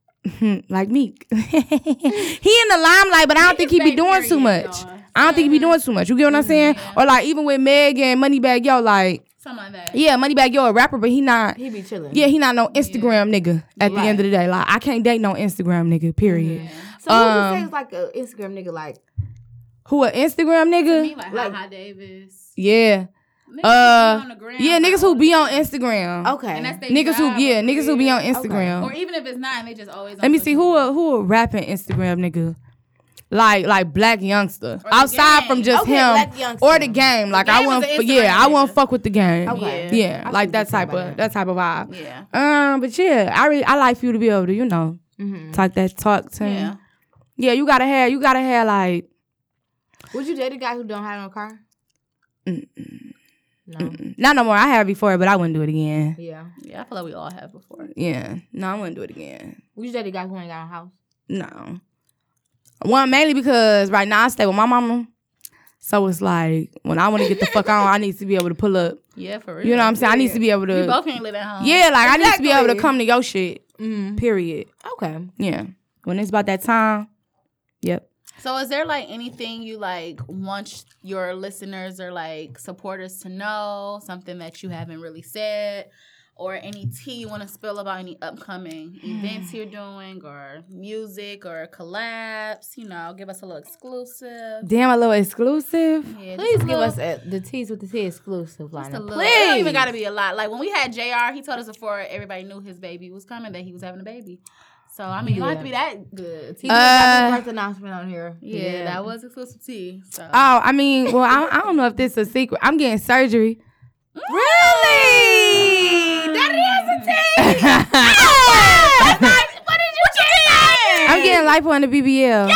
Speaker 3: like Meek. he in the limelight, but I don't think he be doing too much. I don't think he be doing too much. You get what I'm saying? Or like even with Meg and Moneybag Yo, like
Speaker 2: Something like that.
Speaker 3: yeah, Moneybag Yo a rapper, but he not.
Speaker 1: He be chilling.
Speaker 3: Yeah, he not no Instagram nigga. At the end of the day, like I can't date no Instagram nigga. Period.
Speaker 1: So who
Speaker 3: Um,
Speaker 1: you say is like an Instagram nigga? Like
Speaker 3: Who a Instagram
Speaker 2: Me
Speaker 3: nigga?
Speaker 2: like,
Speaker 1: Like-
Speaker 2: Haha Davis.
Speaker 3: Yeah,
Speaker 2: Niggas
Speaker 3: Uh,
Speaker 2: who be on the gram,
Speaker 3: yeah. Niggas who be on Instagram.
Speaker 1: okay,
Speaker 2: and that's they
Speaker 3: Niggas
Speaker 2: job
Speaker 3: who yeah,
Speaker 2: or
Speaker 3: niggas who be
Speaker 2: career.
Speaker 3: on Instagram.
Speaker 2: Or even if it's not, and they just always.
Speaker 3: Let me see who a, who a rapping Instagram nigga. Like like black youngster outside
Speaker 2: Game.
Speaker 3: from just
Speaker 1: Okay,
Speaker 3: him
Speaker 1: Black youngster.
Speaker 3: or the game. Like
Speaker 2: Game
Speaker 3: I
Speaker 2: is
Speaker 3: want
Speaker 2: an
Speaker 3: f-
Speaker 2: Instagram
Speaker 3: yeah I want not
Speaker 2: nigga.
Speaker 3: fuck with the game.
Speaker 1: Okay.
Speaker 3: Yeah,
Speaker 1: I
Speaker 3: like
Speaker 1: see
Speaker 3: that
Speaker 1: what you're
Speaker 3: type of
Speaker 1: talking
Speaker 3: that type of vibe.
Speaker 2: Yeah.
Speaker 3: Um, but yeah, I really I like for you to be able to you know
Speaker 1: Mm-hmm.
Speaker 3: talk that talk to.
Speaker 2: Yeah.
Speaker 3: Yeah, yeah you gotta have you gotta have like
Speaker 1: Would you date a guy who don't have no car? No.
Speaker 3: not no more. I had it before, but I wouldn't do it again.
Speaker 1: Yeah.
Speaker 2: Yeah. I feel like we all have before.
Speaker 3: Yeah, no, I wouldn't do it again.
Speaker 1: Would you date a guy who ain't got a house?
Speaker 3: No. One mainly because right now I stay with my mama. So it's like when I want to get the fuck on, I need to be able to pull up.
Speaker 2: Yeah, for real.
Speaker 3: You know what I'm saying? I need to be able
Speaker 2: We
Speaker 3: to
Speaker 2: both can't live at home.
Speaker 3: Yeah, like I need to be able to
Speaker 1: Exactly.
Speaker 3: come to your shit. Mm-hmm.
Speaker 1: Mm.
Speaker 3: Period.
Speaker 1: Okay.
Speaker 3: Yeah. When it's about that time. Yep.
Speaker 2: So is there like anything you like want your listeners or like supporters to know? Something that you haven't really said? Or any tea you want to spill about any upcoming events you're doing or music or collabs, you know, give us a little exclusive.
Speaker 3: Damn, a little exclusive.
Speaker 2: Yeah, just
Speaker 1: Please
Speaker 2: a
Speaker 1: give
Speaker 2: little-
Speaker 1: us a, the tease with the tea exclusive line.
Speaker 2: just a little. It don't even gotta be a lot. Like when we had JR, he told us before everybody knew his baby was coming that he was having a baby. So I mean, you don't have to be that good. Tea-
Speaker 1: Got the
Speaker 3: Uh,
Speaker 1: first announcement on here.
Speaker 2: yeah, Um, that was exclusive tea. So.
Speaker 3: Oh, I mean, well, I, I don't know if this is a secret. I'm getting surgery. Really?
Speaker 2: that is a tea.
Speaker 3: I'm
Speaker 2: What did you get?
Speaker 3: getting lipo on the BBL.
Speaker 2: Yes!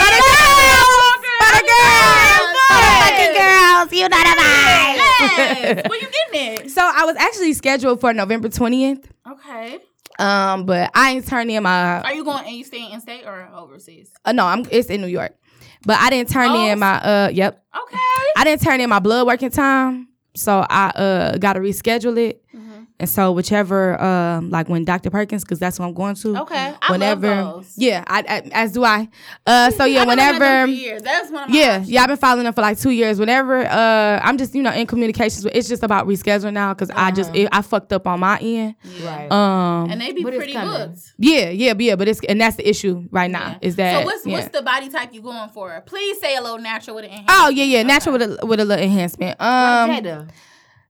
Speaker 3: Butter girls! Butter girls! Butter girls! You know the
Speaker 2: Yes! When you getting it?
Speaker 3: So I was actually scheduled for November 20th,
Speaker 2: Okay.
Speaker 3: um, but I ain't turned in my.
Speaker 2: Are you going and you staying in state or overseas?
Speaker 3: Uh, no, I'm. It's in New York, but I didn't turn
Speaker 2: Oh,
Speaker 3: in my. Uh, yep.
Speaker 2: Okay.
Speaker 3: I didn't turn in my blood working time, so I uh got to reschedule it.
Speaker 2: Mm-hmm.
Speaker 3: And so whichever, um, like when Dr. Perkins, because that's what I'm going to.
Speaker 2: Okay. I
Speaker 3: Whenever.
Speaker 2: love those.
Speaker 3: Yeah. I, I as do I. Uh. So yeah.
Speaker 2: I've been looking at them
Speaker 3: whenever.
Speaker 2: for years. That's one of my
Speaker 3: Yeah, yeah, I've been following them for like two years. Whenever uh, I'm just you know in communications, with it's just about rescheduling now because I just it, I fucked up on my end.
Speaker 1: Right.
Speaker 3: Um,
Speaker 2: Uh-huh. And they be
Speaker 1: But it's
Speaker 2: pretty
Speaker 1: coming.
Speaker 2: booked.
Speaker 3: yeah, yeah, yeah, but it's and that's the issue right now is that
Speaker 2: So what's
Speaker 3: yeah.
Speaker 2: what's the body type you going for? Please say a little natural with an enhanced.
Speaker 3: oh yeah yeah natural with a with a little enhancement um
Speaker 1: Jada.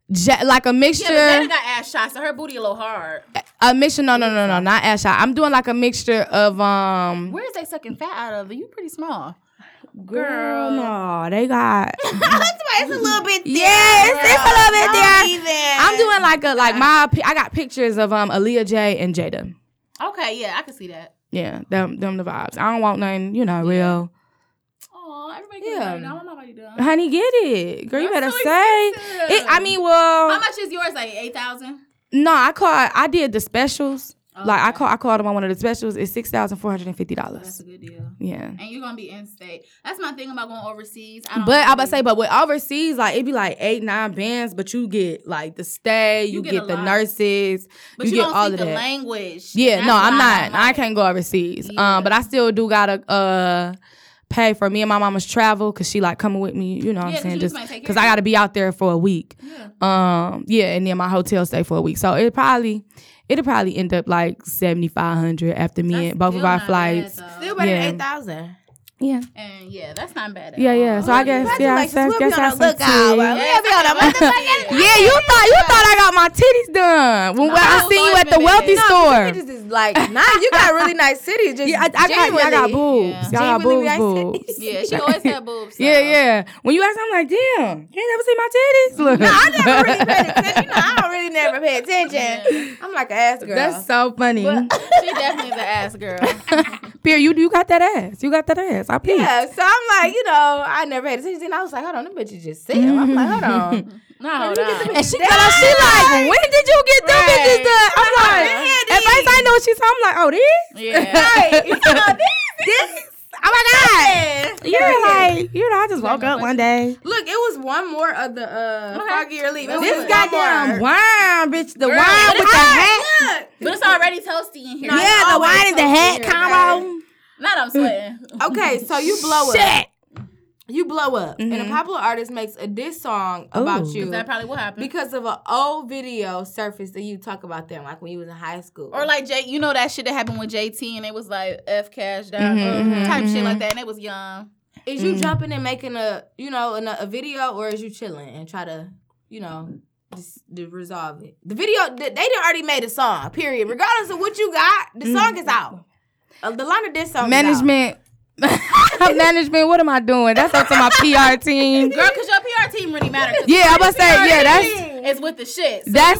Speaker 3: ja- like a
Speaker 2: Yeah,
Speaker 3: mixture
Speaker 2: but Jada got ass shots, so her booty a little hard.
Speaker 3: a mixture no no no no not ash out. I'm doing like a mixture of um
Speaker 2: Where is they sucking fat out of? You pretty small.
Speaker 3: girl no they got
Speaker 1: It's a little bit.
Speaker 3: yes it's a little bit there
Speaker 1: even.
Speaker 3: I'm doing like a like my pi- I got pictures of um Aaliyah J and Jada.
Speaker 2: Okay, yeah, I can see that.
Speaker 3: Yeah, them them the vibes. I don't want nothing, you know, real.
Speaker 2: Oh, everybody getting yeah. now. I'm already done.
Speaker 3: Honey, get it, girl. You
Speaker 2: That's
Speaker 3: better
Speaker 2: so
Speaker 3: say
Speaker 2: expensive.
Speaker 3: it. I mean, well,
Speaker 2: How much is yours? Like eight thousand.
Speaker 3: no, I called. I did the specials. Like I called. I called them on one of the specials. It's six thousand four hundred and fifty
Speaker 2: That's
Speaker 3: dollars.
Speaker 2: a good deal.
Speaker 3: Yeah.
Speaker 2: And you're gonna be in state. That's my thing about going overseas. I don't
Speaker 3: But I
Speaker 2: really-
Speaker 3: about to say, but with overseas, like it'd be like eight, nine bands, but you get like the stay, you,
Speaker 2: get
Speaker 3: get,
Speaker 2: a
Speaker 3: the
Speaker 2: lot.
Speaker 3: nurses,
Speaker 2: but
Speaker 3: you,
Speaker 2: you,
Speaker 3: get
Speaker 2: don't
Speaker 3: all
Speaker 2: speak
Speaker 3: of
Speaker 2: the
Speaker 3: that.
Speaker 2: language.
Speaker 3: Yeah,
Speaker 2: That's
Speaker 3: no, I'm
Speaker 2: why
Speaker 3: not.
Speaker 2: don't
Speaker 3: I
Speaker 2: like it.
Speaker 3: can't go overseas.
Speaker 2: Yeah.
Speaker 3: Um, but I still do gotta uh pay for me and my mama's travel because she like coming with me. You know what
Speaker 2: Yeah,
Speaker 3: I'm
Speaker 2: 'cause
Speaker 3: saying?
Speaker 2: you
Speaker 3: Just
Speaker 2: might take care
Speaker 3: because
Speaker 2: of
Speaker 3: I
Speaker 2: you.
Speaker 3: gotta be out there for a week. Um, yeah, and then my hotel stay for a week. So it probably it'll probably end up like seventy five hundred after me and both of
Speaker 2: Still
Speaker 3: our
Speaker 2: not bad,
Speaker 3: flights.
Speaker 2: though.
Speaker 1: Still better
Speaker 3: Yeah.
Speaker 1: than eight thousand.
Speaker 3: yeah,
Speaker 2: and yeah, that's not bad. At
Speaker 3: yeah,
Speaker 2: all.
Speaker 3: yeah. So I guess yeah, I
Speaker 1: Congratulations.
Speaker 3: guess,
Speaker 1: We'll be
Speaker 3: guess
Speaker 1: on
Speaker 3: I
Speaker 1: the
Speaker 3: some
Speaker 1: lookout.
Speaker 3: tea.
Speaker 1: Well, We'll be on the motherfucking.
Speaker 3: Yeah, you thought you thought I got my titties done when when
Speaker 2: I
Speaker 3: I
Speaker 2: was
Speaker 3: seen you
Speaker 2: always
Speaker 3: at the
Speaker 2: been
Speaker 3: wealthy
Speaker 2: bad.
Speaker 3: store.
Speaker 1: This is like, nah, you got really nice cities. Just
Speaker 3: Yeah, I, I got, yeah, I got
Speaker 1: genuinely.
Speaker 3: boobs. Y'all got
Speaker 1: Genuinely
Speaker 3: boobs,
Speaker 1: nice
Speaker 3: boobs.
Speaker 1: cities.
Speaker 2: yeah. She always had boobs. so-
Speaker 3: Yeah, yeah. When you ask, I'm like, damn, you ain't never seen my titties. Look,
Speaker 1: No, I never really paid attention. You know, I don't really never pay attention. I'm like an ass girl.
Speaker 3: That's so funny.
Speaker 2: She definitely is an ass girl.
Speaker 3: Pierre, you you got that ass. You got that ass. I peeped.
Speaker 1: yeah, so I'm like, you know, I never paid attention. And I was like, hold on, them bitches just sit. I'm like, hold on.
Speaker 2: No, no.
Speaker 3: And she got out, she like, when did you get them bitches done? I'm like, at first I ain't know what she saw. I'm like, oh, this?
Speaker 2: Yeah.
Speaker 1: Right. You know, this,
Speaker 3: This? Oh my God. Yeah, like you know, I just woke up one day.
Speaker 1: Look, it was one more of the uh, foggy relief. It was
Speaker 3: This
Speaker 1: one
Speaker 3: goddamn
Speaker 1: more.
Speaker 3: wine, bitch. The
Speaker 2: Girl,
Speaker 3: wine
Speaker 2: but
Speaker 3: with
Speaker 2: it's
Speaker 3: the
Speaker 2: hot.
Speaker 3: hat.
Speaker 2: But it's already toasty in here.
Speaker 3: Yeah, the
Speaker 1: always
Speaker 3: wine and the
Speaker 1: so
Speaker 3: hat
Speaker 1: weird,
Speaker 3: combo.
Speaker 2: Not I'm sweating.
Speaker 1: Okay, so you blow up.
Speaker 3: Shit. Mm-hmm.
Speaker 1: You blow up, and a popular artist makes a diss song about
Speaker 3: Ooh.
Speaker 1: you
Speaker 2: that probably will happen.
Speaker 1: because of an old video surfaced that you talk about them, like when you was in high school.
Speaker 2: Or like Jay, you know that shit that happened with JT and it was like F cash
Speaker 3: Mm-hmm,
Speaker 2: down uh, type shit like that and it was young.
Speaker 1: is you jumping and making a you know an, a video, or is you chilling and try to you know just to resolve it? The video th- they done already made a song. Period. Regardless of what you got, the song is out. Uh, the Lana diss song. is out.
Speaker 3: Management. Management, what am I doing? That's up to my PR team.
Speaker 2: Girl, cause your PR team really matters.
Speaker 3: Yeah, I must say, yeah, that's
Speaker 2: It's with the shit. So
Speaker 3: that's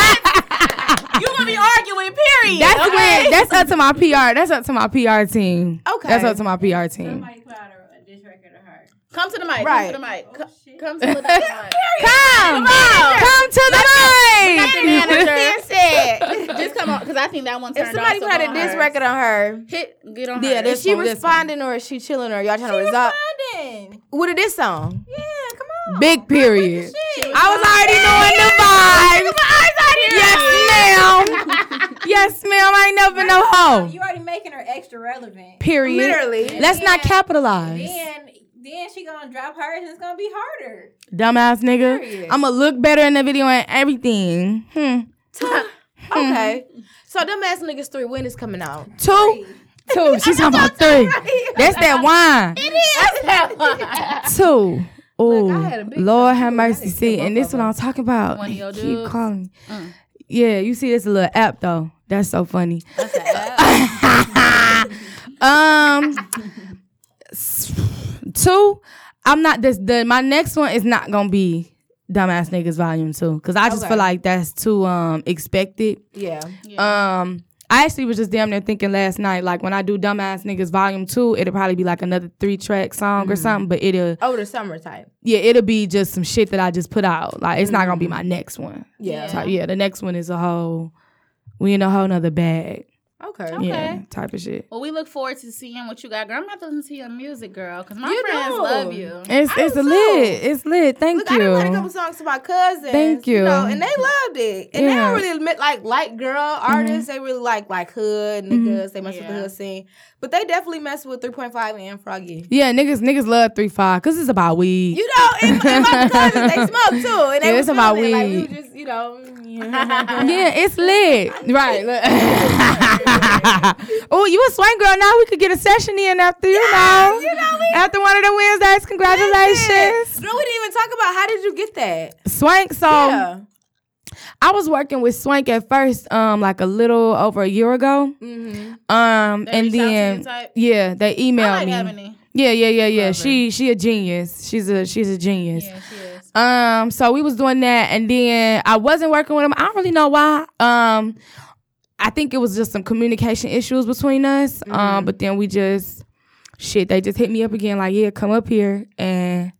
Speaker 2: you gonna be arguing, period.
Speaker 3: that's
Speaker 2: okay?
Speaker 3: when that's up to my PR. That's up to my PR team.
Speaker 1: Okay.
Speaker 3: That's up to my PR team.
Speaker 5: Somebody put out a, a diss record of her.
Speaker 2: Come to the mic.
Speaker 1: Right.
Speaker 2: Come to the mic. Co-
Speaker 5: shit.
Speaker 2: Come to the mic.
Speaker 3: Come, come to
Speaker 2: Not the
Speaker 3: the mic.
Speaker 2: manager.
Speaker 1: That's it.
Speaker 2: Just come on, cause I think that one turned
Speaker 1: if somebody
Speaker 2: off,
Speaker 1: put out a
Speaker 2: so go on
Speaker 1: diss
Speaker 2: her.
Speaker 1: record on her,
Speaker 2: hit get on.
Speaker 1: Yeah,
Speaker 2: her.
Speaker 1: is she
Speaker 3: one, this
Speaker 1: responding or is she chilling or y'all trying to resolve?
Speaker 5: Then
Speaker 1: What is this song?
Speaker 3: Big period. I was already knowing the vibe. Yes, ma'am. yes, ma'am. I ain't never no hoe.
Speaker 5: you already making her extra relevant.
Speaker 3: Period.
Speaker 1: Literally.
Speaker 3: Let's not capitalize.
Speaker 5: Then then she gonna drop hers and it's gonna be harder.
Speaker 3: Dumbass nigga.
Speaker 1: Period.
Speaker 3: I'ma look better in the video and everything. Hmm. Mm-hmm.
Speaker 1: Okay. so them ass niggas three when is coming out?
Speaker 3: Two. Two. She's talking about three. That's that wine. Two.
Speaker 1: had a
Speaker 3: Oh,
Speaker 1: big
Speaker 3: Lord have mercy. See, and this what I'm talking about.
Speaker 2: One of
Speaker 3: They
Speaker 2: your
Speaker 3: Keep
Speaker 2: dudes. Uh.
Speaker 3: calling me. Yeah, you see, it's a little app though. That's so funny. um, s- two. I'm not this. The my next one is not gonna be dumbass niggas volume two because I just feel like that's too um expected.
Speaker 1: Yeah.
Speaker 3: Um, I actually was just damn near thinking last night, like when I do Dumbass Niggas Volume Two, it'll probably be like another three track song
Speaker 1: Mm.
Speaker 3: or something, but it'll
Speaker 1: Over the summer type.
Speaker 3: yeah, it'll be just some shit that I just put out. Like it's not gonna be my next one.
Speaker 1: Mm. Yeah.
Speaker 3: Type- yeah, the next one is a whole we in a whole nother bag.
Speaker 1: Okay.
Speaker 3: Yeah, type of shit.
Speaker 2: Well, we look forward to seeing what you got, girl. I'm gonna have to listen to your music, girl, cause my
Speaker 1: You
Speaker 2: friends
Speaker 1: do.
Speaker 2: love you.
Speaker 3: It's it's lit. It's lit. Thank
Speaker 1: Look, I
Speaker 3: you.
Speaker 1: done played a couple songs to my cousins.
Speaker 3: Thank you.
Speaker 1: You know, and they loved it. And
Speaker 3: Yeah. Mm-hmm.
Speaker 1: they don't really admit, like light girl artists. They really like like hood niggas. They mess with
Speaker 2: Yeah.
Speaker 1: the hood scene. But they definitely mess with 3.5 and Froggy.
Speaker 3: yeah, niggas niggas love three five because it's about weed.
Speaker 1: You know, and, and my cousins, they smoke too. And they
Speaker 3: Yeah,
Speaker 1: was
Speaker 3: it's about
Speaker 1: feeling it. Like, we
Speaker 3: weed.
Speaker 1: were just, you know. mm,
Speaker 3: yeah, it's lit. Right. look. oh, you a swing girl now. We could get a session in after, you know. after one of the Wednesdays. Congratulations.
Speaker 1: No, we didn't even talk about how did you get that?
Speaker 3: Swank. So
Speaker 1: yeah.
Speaker 3: I was working with Swank at first, um, like a little over a year ago.
Speaker 1: Mm-hmm.
Speaker 3: Um, and
Speaker 2: reached out to you
Speaker 3: then
Speaker 2: type?
Speaker 3: yeah, they emailed
Speaker 2: I like
Speaker 3: me.
Speaker 2: Ebony.
Speaker 3: Yeah, yeah, yeah, yeah. She she a genius. She's a she's a genius.
Speaker 2: Yeah, she is.
Speaker 3: Um, so we was doing that, and then I wasn't working with him. I don't really know why. Um, I think it was just some communication issues between us.
Speaker 2: Mm-hmm.
Speaker 3: Um, but then we just shit. They just hit me up again, like, yeah, come up here, and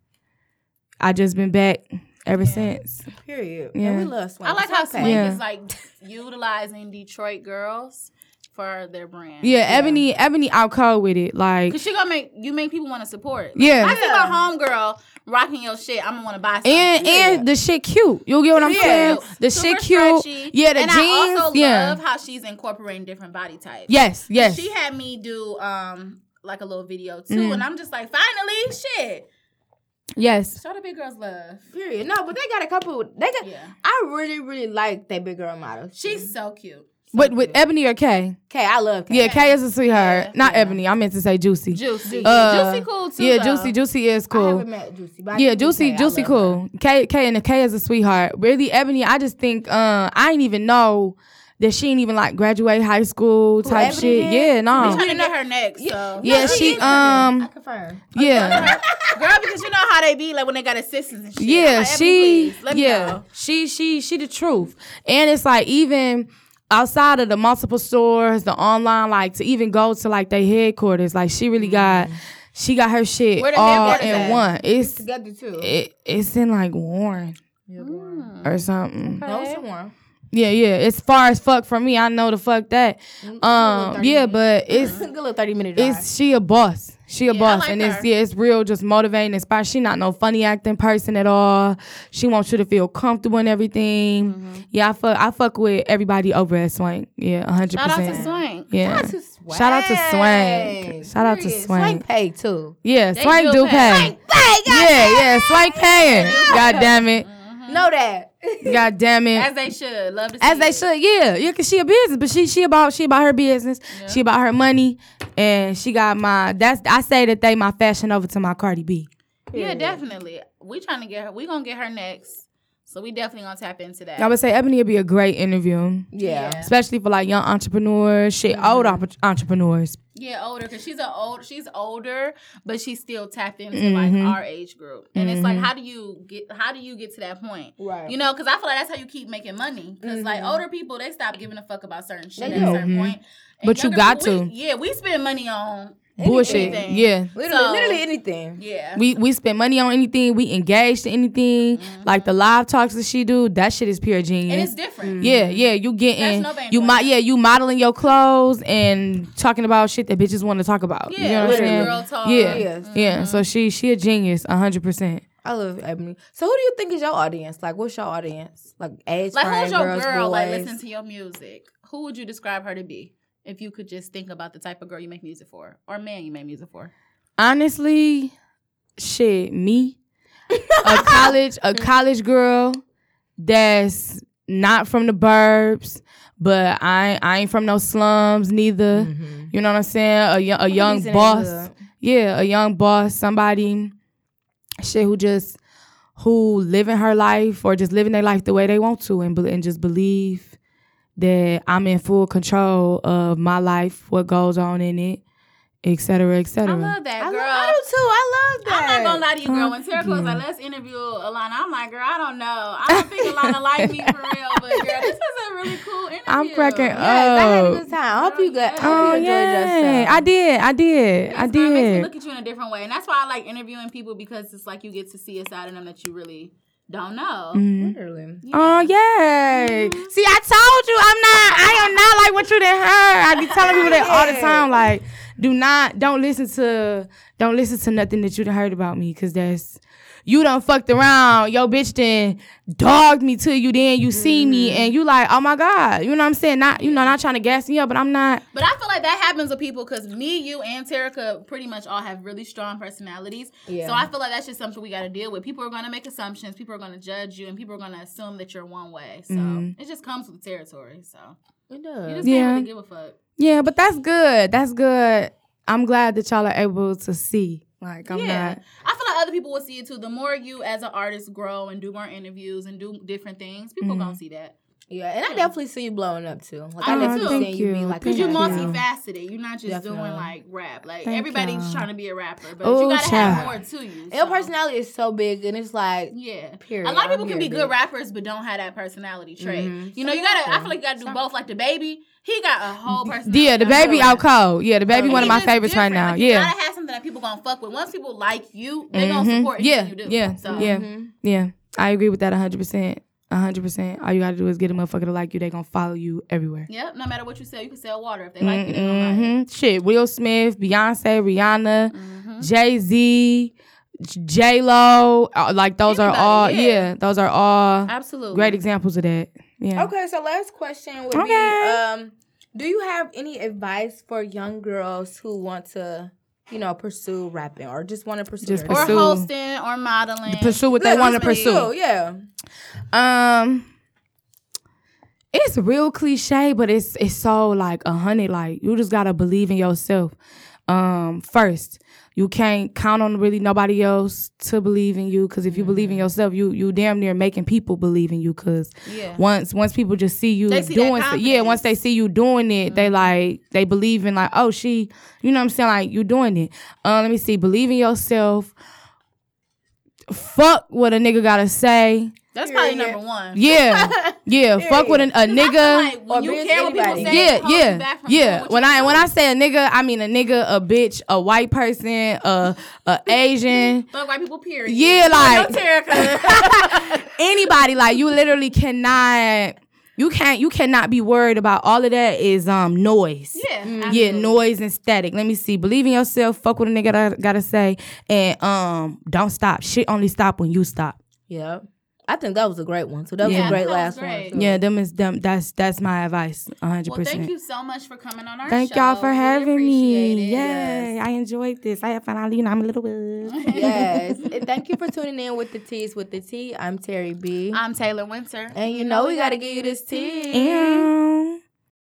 Speaker 3: I just been back ever since.
Speaker 1: Period.
Speaker 3: Yeah.
Speaker 1: And we love Swank.
Speaker 2: I like how Swank
Speaker 3: Yeah.
Speaker 2: is like utilizing Detroit girls for their brand.
Speaker 3: Yeah, Ebony, Ebony, out cold with it. Like,
Speaker 2: Cause she gonna make you make people want to support. Like,
Speaker 3: Yeah.
Speaker 2: I see my homegirl rocking your shit. I'm gonna want to buy something.
Speaker 3: and and the shit cute. You get what I'm
Speaker 2: Yeah.
Speaker 3: saying? The
Speaker 2: Super
Speaker 3: shit cute.
Speaker 2: stretchy.
Speaker 3: Yeah, the
Speaker 2: and
Speaker 3: jeans.
Speaker 2: I also
Speaker 3: yeah.
Speaker 2: love how she's incorporating different body types.
Speaker 3: yes. Yes. Mm.
Speaker 2: She had me do um like a little video too, and I'm just like, finally, shit.
Speaker 3: yes.
Speaker 2: Show the big girls love.
Speaker 1: Period. No, but they got a couple. They got.
Speaker 2: Yeah.
Speaker 1: I really, really like that big girl model.
Speaker 2: She's so cute.
Speaker 3: With with Ebony or Kay?
Speaker 1: Kay, I love Kay.
Speaker 3: Yeah, Kay is a sweetheart. Not Ebony. I meant to say Juicy.
Speaker 2: Juicy.
Speaker 3: Uh,
Speaker 2: Juicy cool too.
Speaker 3: Yeah,
Speaker 2: though.
Speaker 3: Juicy, Juicy is
Speaker 1: I
Speaker 3: cool.
Speaker 1: haven't met Juicy. But I
Speaker 3: Yeah,
Speaker 1: think
Speaker 3: Juicy,
Speaker 1: Kay, I
Speaker 3: Juicy
Speaker 1: love her.
Speaker 3: cool. K K and the K is a sweetheart. Really, Ebony, I just think uh I didn't even know that she didn't even like graduate high school
Speaker 1: Ebony
Speaker 3: type shit.
Speaker 1: did?
Speaker 3: Yeah, no.
Speaker 2: I'm trying to get her next. So.
Speaker 3: yeah, she um
Speaker 1: Confirm.
Speaker 3: yeah.
Speaker 2: Girl, because you know how they be like when they got assistants and shit.
Speaker 3: Yeah,
Speaker 2: Like, Ebony,
Speaker 3: she
Speaker 2: please, let me
Speaker 3: yeah,
Speaker 2: know.
Speaker 3: she she she the truth. And it's like even outside of the multiple stores, the online like to even go to like their headquarters, like she really got she got her shit
Speaker 2: Mm-hmm. Where the
Speaker 3: all
Speaker 2: headquarters
Speaker 3: in
Speaker 2: at?
Speaker 3: one. It's
Speaker 1: Together too.
Speaker 3: it, it's in like Warren or something.
Speaker 1: No, it's warm.
Speaker 3: Yeah, yeah. It's far as fuck from me. I know the fuck
Speaker 2: Mm,
Speaker 3: that. Um, yeah, but it's
Speaker 1: It's a good little 30 minute drive.
Speaker 3: it's she a boss. She a
Speaker 2: Yeah, I
Speaker 3: boss,
Speaker 2: like
Speaker 3: and it's
Speaker 2: her.
Speaker 3: yeah, it's real, just motivating, inspiring. She not no funny acting person at all. She wants you to feel comfortable and everything.
Speaker 2: Mm-hmm.
Speaker 3: Yeah, I fuck, I fuck with everybody over at Swank. Yeah, hundred
Speaker 2: Shout out to
Speaker 3: percent.
Speaker 2: Swank.
Speaker 3: Yeah, shout out to Swank. Shout out to
Speaker 2: Period.
Speaker 3: Swank.
Speaker 1: pay too.
Speaker 3: Yeah, Swank
Speaker 2: do
Speaker 3: do
Speaker 2: pay.
Speaker 3: pay. Yeah, yeah, Swank paying. God damn it.
Speaker 1: Know that.
Speaker 3: God damn it.
Speaker 2: As they should. Love to see
Speaker 3: As they
Speaker 2: it.
Speaker 3: should, yeah, yeah. Cause she a business, but she she about she about her business. She about her money, and she got my. That's I say that they my fashion over to my Cardi B.
Speaker 2: Yeah, definitely. We trying to get her. We gonna get her next. So we definitely gonna tap into that.
Speaker 3: I would say Ebony would be a great interview,
Speaker 1: Yeah.
Speaker 3: especially for like young entrepreneurs,
Speaker 2: Mm-hmm.
Speaker 3: shit, old op- entrepreneurs.
Speaker 2: Yeah, older because she's a old. She's older, but she's still tapped into like
Speaker 3: Mm-hmm.
Speaker 2: our age group. And it's like, how do you get? How do you get to that point?
Speaker 1: Right. Mm-hmm.
Speaker 2: You know, because I feel like that's how you keep making money. Because like older people, they stop giving a fuck about certain shit
Speaker 1: They
Speaker 2: at a
Speaker 1: do.
Speaker 2: certain point. And
Speaker 3: Mm-hmm. But you
Speaker 2: younger
Speaker 3: got
Speaker 2: people,
Speaker 3: to.
Speaker 2: we- yeah, we spend money on.
Speaker 3: Bullshit.
Speaker 2: Anything.
Speaker 3: Yeah,
Speaker 1: Literally,
Speaker 2: So-
Speaker 1: literally anything.
Speaker 2: Yeah.
Speaker 3: we we spend money on anything. We engage to anything.
Speaker 2: Mm-hmm.
Speaker 3: Like the live talks that she do, that shit is pure genius.
Speaker 2: and it's different.
Speaker 3: Yeah, yeah, you getting
Speaker 2: no bang
Speaker 3: you
Speaker 2: for
Speaker 3: mo-
Speaker 2: it.
Speaker 3: yeah, you modeling your clothes and talking about shit that bitches want to talk about. you
Speaker 2: Yeah,
Speaker 3: know what I'm
Speaker 2: literally.
Speaker 3: saying?
Speaker 2: Girl talk.
Speaker 3: Yeah,
Speaker 1: Oh, Yes. Mm-hmm.
Speaker 3: yeah. So she she a genius, hundred percent.
Speaker 1: I love Ebony. So, who do you think is your audience? Like, what's your audience? Like, age,
Speaker 2: Like,
Speaker 1: frame,
Speaker 2: who's your
Speaker 1: girls,
Speaker 2: girl? Like,
Speaker 1: boys?
Speaker 2: listen to your music. Who would you describe her to be? If you could just think about the type of girl you make music for, or man you make music for.
Speaker 3: Honestly, shit, me, a college a college girl that's not from the burbs, but I I ain't from no slums neither.
Speaker 1: Mm.
Speaker 3: You know what I'm saying? A young a young
Speaker 1: these Mm-hmm. in the
Speaker 3: boss.
Speaker 1: hood.
Speaker 3: Yeah, a young boss, somebody shit who just who living her life or just living their life the way they want to and be- and just believe that I'm in full control of my life, what goes on in it, et cetera, et cetera.
Speaker 2: I love that
Speaker 1: I,
Speaker 2: girl.
Speaker 1: love, I do too. I love that.
Speaker 2: I'm not gonna lie to you, girl. When Tara
Speaker 3: Thank
Speaker 2: was
Speaker 3: you.
Speaker 2: like, let's interview Alana, I'm like, girl, I don't know. I don't think Alana like me for real, but girl, this is a really cool interview.
Speaker 3: I'm cracking
Speaker 1: Yes,
Speaker 3: up.
Speaker 1: I had a good time. I hope you good. I hope
Speaker 3: Oh
Speaker 1: you enjoyed
Speaker 3: yeah,
Speaker 1: yourself.
Speaker 3: I did, I did, I
Speaker 2: It's fine. It makes me
Speaker 3: did.
Speaker 2: look at you in a different way, and that's why I like interviewing people because it's like you get to see a side of them that you really don't know.
Speaker 3: Mm.
Speaker 1: Literally.
Speaker 3: Oh yay!
Speaker 2: Mm-hmm.
Speaker 3: See, I told you I'm not. I am not like what you done heard. I be telling people that all the time. Like, do not, don't listen to, don't listen to nothing that you done heard about me, cause that's you done fucked around. Yo, bitch, then dogged me to you. Then you see me
Speaker 2: Mm-hmm.
Speaker 3: and you like, oh my god. You know what I'm saying? Not, you know, not trying to gas me up, but I'm not.
Speaker 2: But I feel like that happens with people because me, you, and Terica pretty much all have really strong personalities. So I feel like that's just something we got to deal with. People are going to make assumptions, people are going to judge you, and people are going to assume that you're one way. So it just comes with territory. So
Speaker 1: It
Speaker 2: you
Speaker 1: does.
Speaker 2: just
Speaker 3: Mm. Yeah.
Speaker 2: can't really give a fuck.
Speaker 3: Yeah, but that's good. That's good. I'm glad that y'all are able to see. Like, I'm
Speaker 2: yeah.
Speaker 3: not.
Speaker 2: I feel like other people will see it too. The more you as an artist grow and do more interviews and do different things, people
Speaker 3: Mm-hmm.
Speaker 2: going to see that.
Speaker 1: Yeah, and I definitely see you blowing up too. Like,
Speaker 2: I
Speaker 1: I
Speaker 2: do,
Speaker 1: definitely
Speaker 2: too.
Speaker 1: see
Speaker 3: Thank
Speaker 1: you being
Speaker 3: you.
Speaker 1: like,
Speaker 2: Because you're
Speaker 3: Yeah.
Speaker 2: multifaceted. You're not just doing
Speaker 1: Definitely.
Speaker 2: like rap. Like
Speaker 3: Thank
Speaker 2: everybody's
Speaker 3: y'all.
Speaker 2: trying to be a rapper, but
Speaker 3: Oh,
Speaker 2: you got to have more
Speaker 3: child.
Speaker 2: to you.
Speaker 1: Your
Speaker 2: so.
Speaker 1: personality is so big, and it's like,
Speaker 2: Yeah.
Speaker 1: Period.
Speaker 2: A lot
Speaker 1: I'm
Speaker 2: of people can
Speaker 1: here,
Speaker 2: be
Speaker 1: bitch.
Speaker 2: good rappers but don't have that personality trait.
Speaker 3: Mm-hmm.
Speaker 2: You know, you gotta I feel like you gotta do both. Like the baby, he got a whole personality.
Speaker 3: Yeah, the baby out cold. Yeah, the baby
Speaker 2: He
Speaker 3: one of my
Speaker 2: just
Speaker 3: favorites right
Speaker 2: Oh, different.
Speaker 3: now.
Speaker 2: Like, You
Speaker 3: Yeah. Mm-hmm.
Speaker 2: gotta have something that people gonna fuck with. Once people like you, they gonna support
Speaker 3: Yeah,
Speaker 2: anything you do.
Speaker 3: yeah,
Speaker 2: So
Speaker 3: yeah, yeah. I agree with that 100%. 100%. All you gotta do is get a motherfucker to like you. They gonna follow you everywhere.
Speaker 2: Yep, no matter what you sell, you can sell water. If they like it, they gonna buy it. Mm-hmm.
Speaker 3: hmm Shit, Will Smith, Beyonce, Rihanna, Jay Z, J Lo. Like, those
Speaker 2: Anybody,
Speaker 3: are all,
Speaker 2: yeah.
Speaker 3: yeah. those are all
Speaker 2: Absolutely.
Speaker 3: great examples of that. Yeah.
Speaker 1: Okay, so last question would be
Speaker 3: Okay.
Speaker 1: um, do you have any advice for young girls who want to, you know, pursue rapping or just want to pursue
Speaker 3: Just
Speaker 1: their-
Speaker 2: Or
Speaker 3: pursue-
Speaker 2: hosting or modeling.
Speaker 3: Pursue what they
Speaker 1: Look,
Speaker 3: want to
Speaker 1: just
Speaker 3: pursue.
Speaker 1: Yeah.
Speaker 3: Um, it's real cliche, but it's it's so like a hundred. Like you just gotta believe in yourself. Um, first, you can't count on really nobody else to believe in you. Cause if you believe
Speaker 2: Mm-hmm.
Speaker 3: in yourself, you you damn near making people believe in you. Cause
Speaker 2: Yeah.
Speaker 3: once once people just see you
Speaker 2: They see that Mm-hmm.
Speaker 3: doing, so- yeah. Once they see you doing it, they like they believe in like, oh she, you know what I'm saying? Like you doing it. Uh, let me see. Believe in yourself. Fuck what a nigga gotta say.
Speaker 2: That's probably number one.
Speaker 3: Yeah, yeah. Fuck with an, a
Speaker 2: I
Speaker 3: nigga.
Speaker 2: feel like when
Speaker 1: Or
Speaker 2: you
Speaker 1: bitch,
Speaker 2: care what people
Speaker 1: anybody.
Speaker 2: say, it
Speaker 3: Yeah,
Speaker 2: holds you
Speaker 3: yeah,
Speaker 2: back from doing
Speaker 3: yeah.
Speaker 2: what
Speaker 3: When
Speaker 2: you
Speaker 3: I
Speaker 2: do.
Speaker 3: when I say a nigga, I mean a nigga, a bitch, a white person, a a Asian,
Speaker 2: fuck white people, period.
Speaker 3: Yeah,
Speaker 2: You know,
Speaker 3: like-
Speaker 2: Terica.
Speaker 3: anybody. Like you literally cannot You can't you cannot be worried about all of that is um noise.
Speaker 2: Yeah,
Speaker 3: Yeah,
Speaker 2: absolutely.
Speaker 3: noise and static. Let me see. Believe in yourself, fuck what a nigga gotta, gotta say, and um don't stop. Shit only stop when you stop.
Speaker 1: Yeah. I think that was a great one. So that was
Speaker 2: Yeah.
Speaker 1: a great
Speaker 2: That was
Speaker 1: last
Speaker 2: great.
Speaker 1: one. too.
Speaker 3: Yeah, them is them that's that's my advice. hundred
Speaker 2: Well,
Speaker 3: percent.
Speaker 2: thank you so much for coming on our
Speaker 3: Thank
Speaker 2: show.
Speaker 3: y'all for
Speaker 2: We
Speaker 3: having
Speaker 2: appreciate
Speaker 3: me.
Speaker 2: it.
Speaker 3: Yay, I enjoyed this. I have finally, you know, I'm a little bit.
Speaker 1: Yes. and thank you for tuning in with the T's with the T. I'm Terry B.
Speaker 2: I'm Taylor Winter.
Speaker 1: and you know we gotta give you this tea.
Speaker 3: Ew.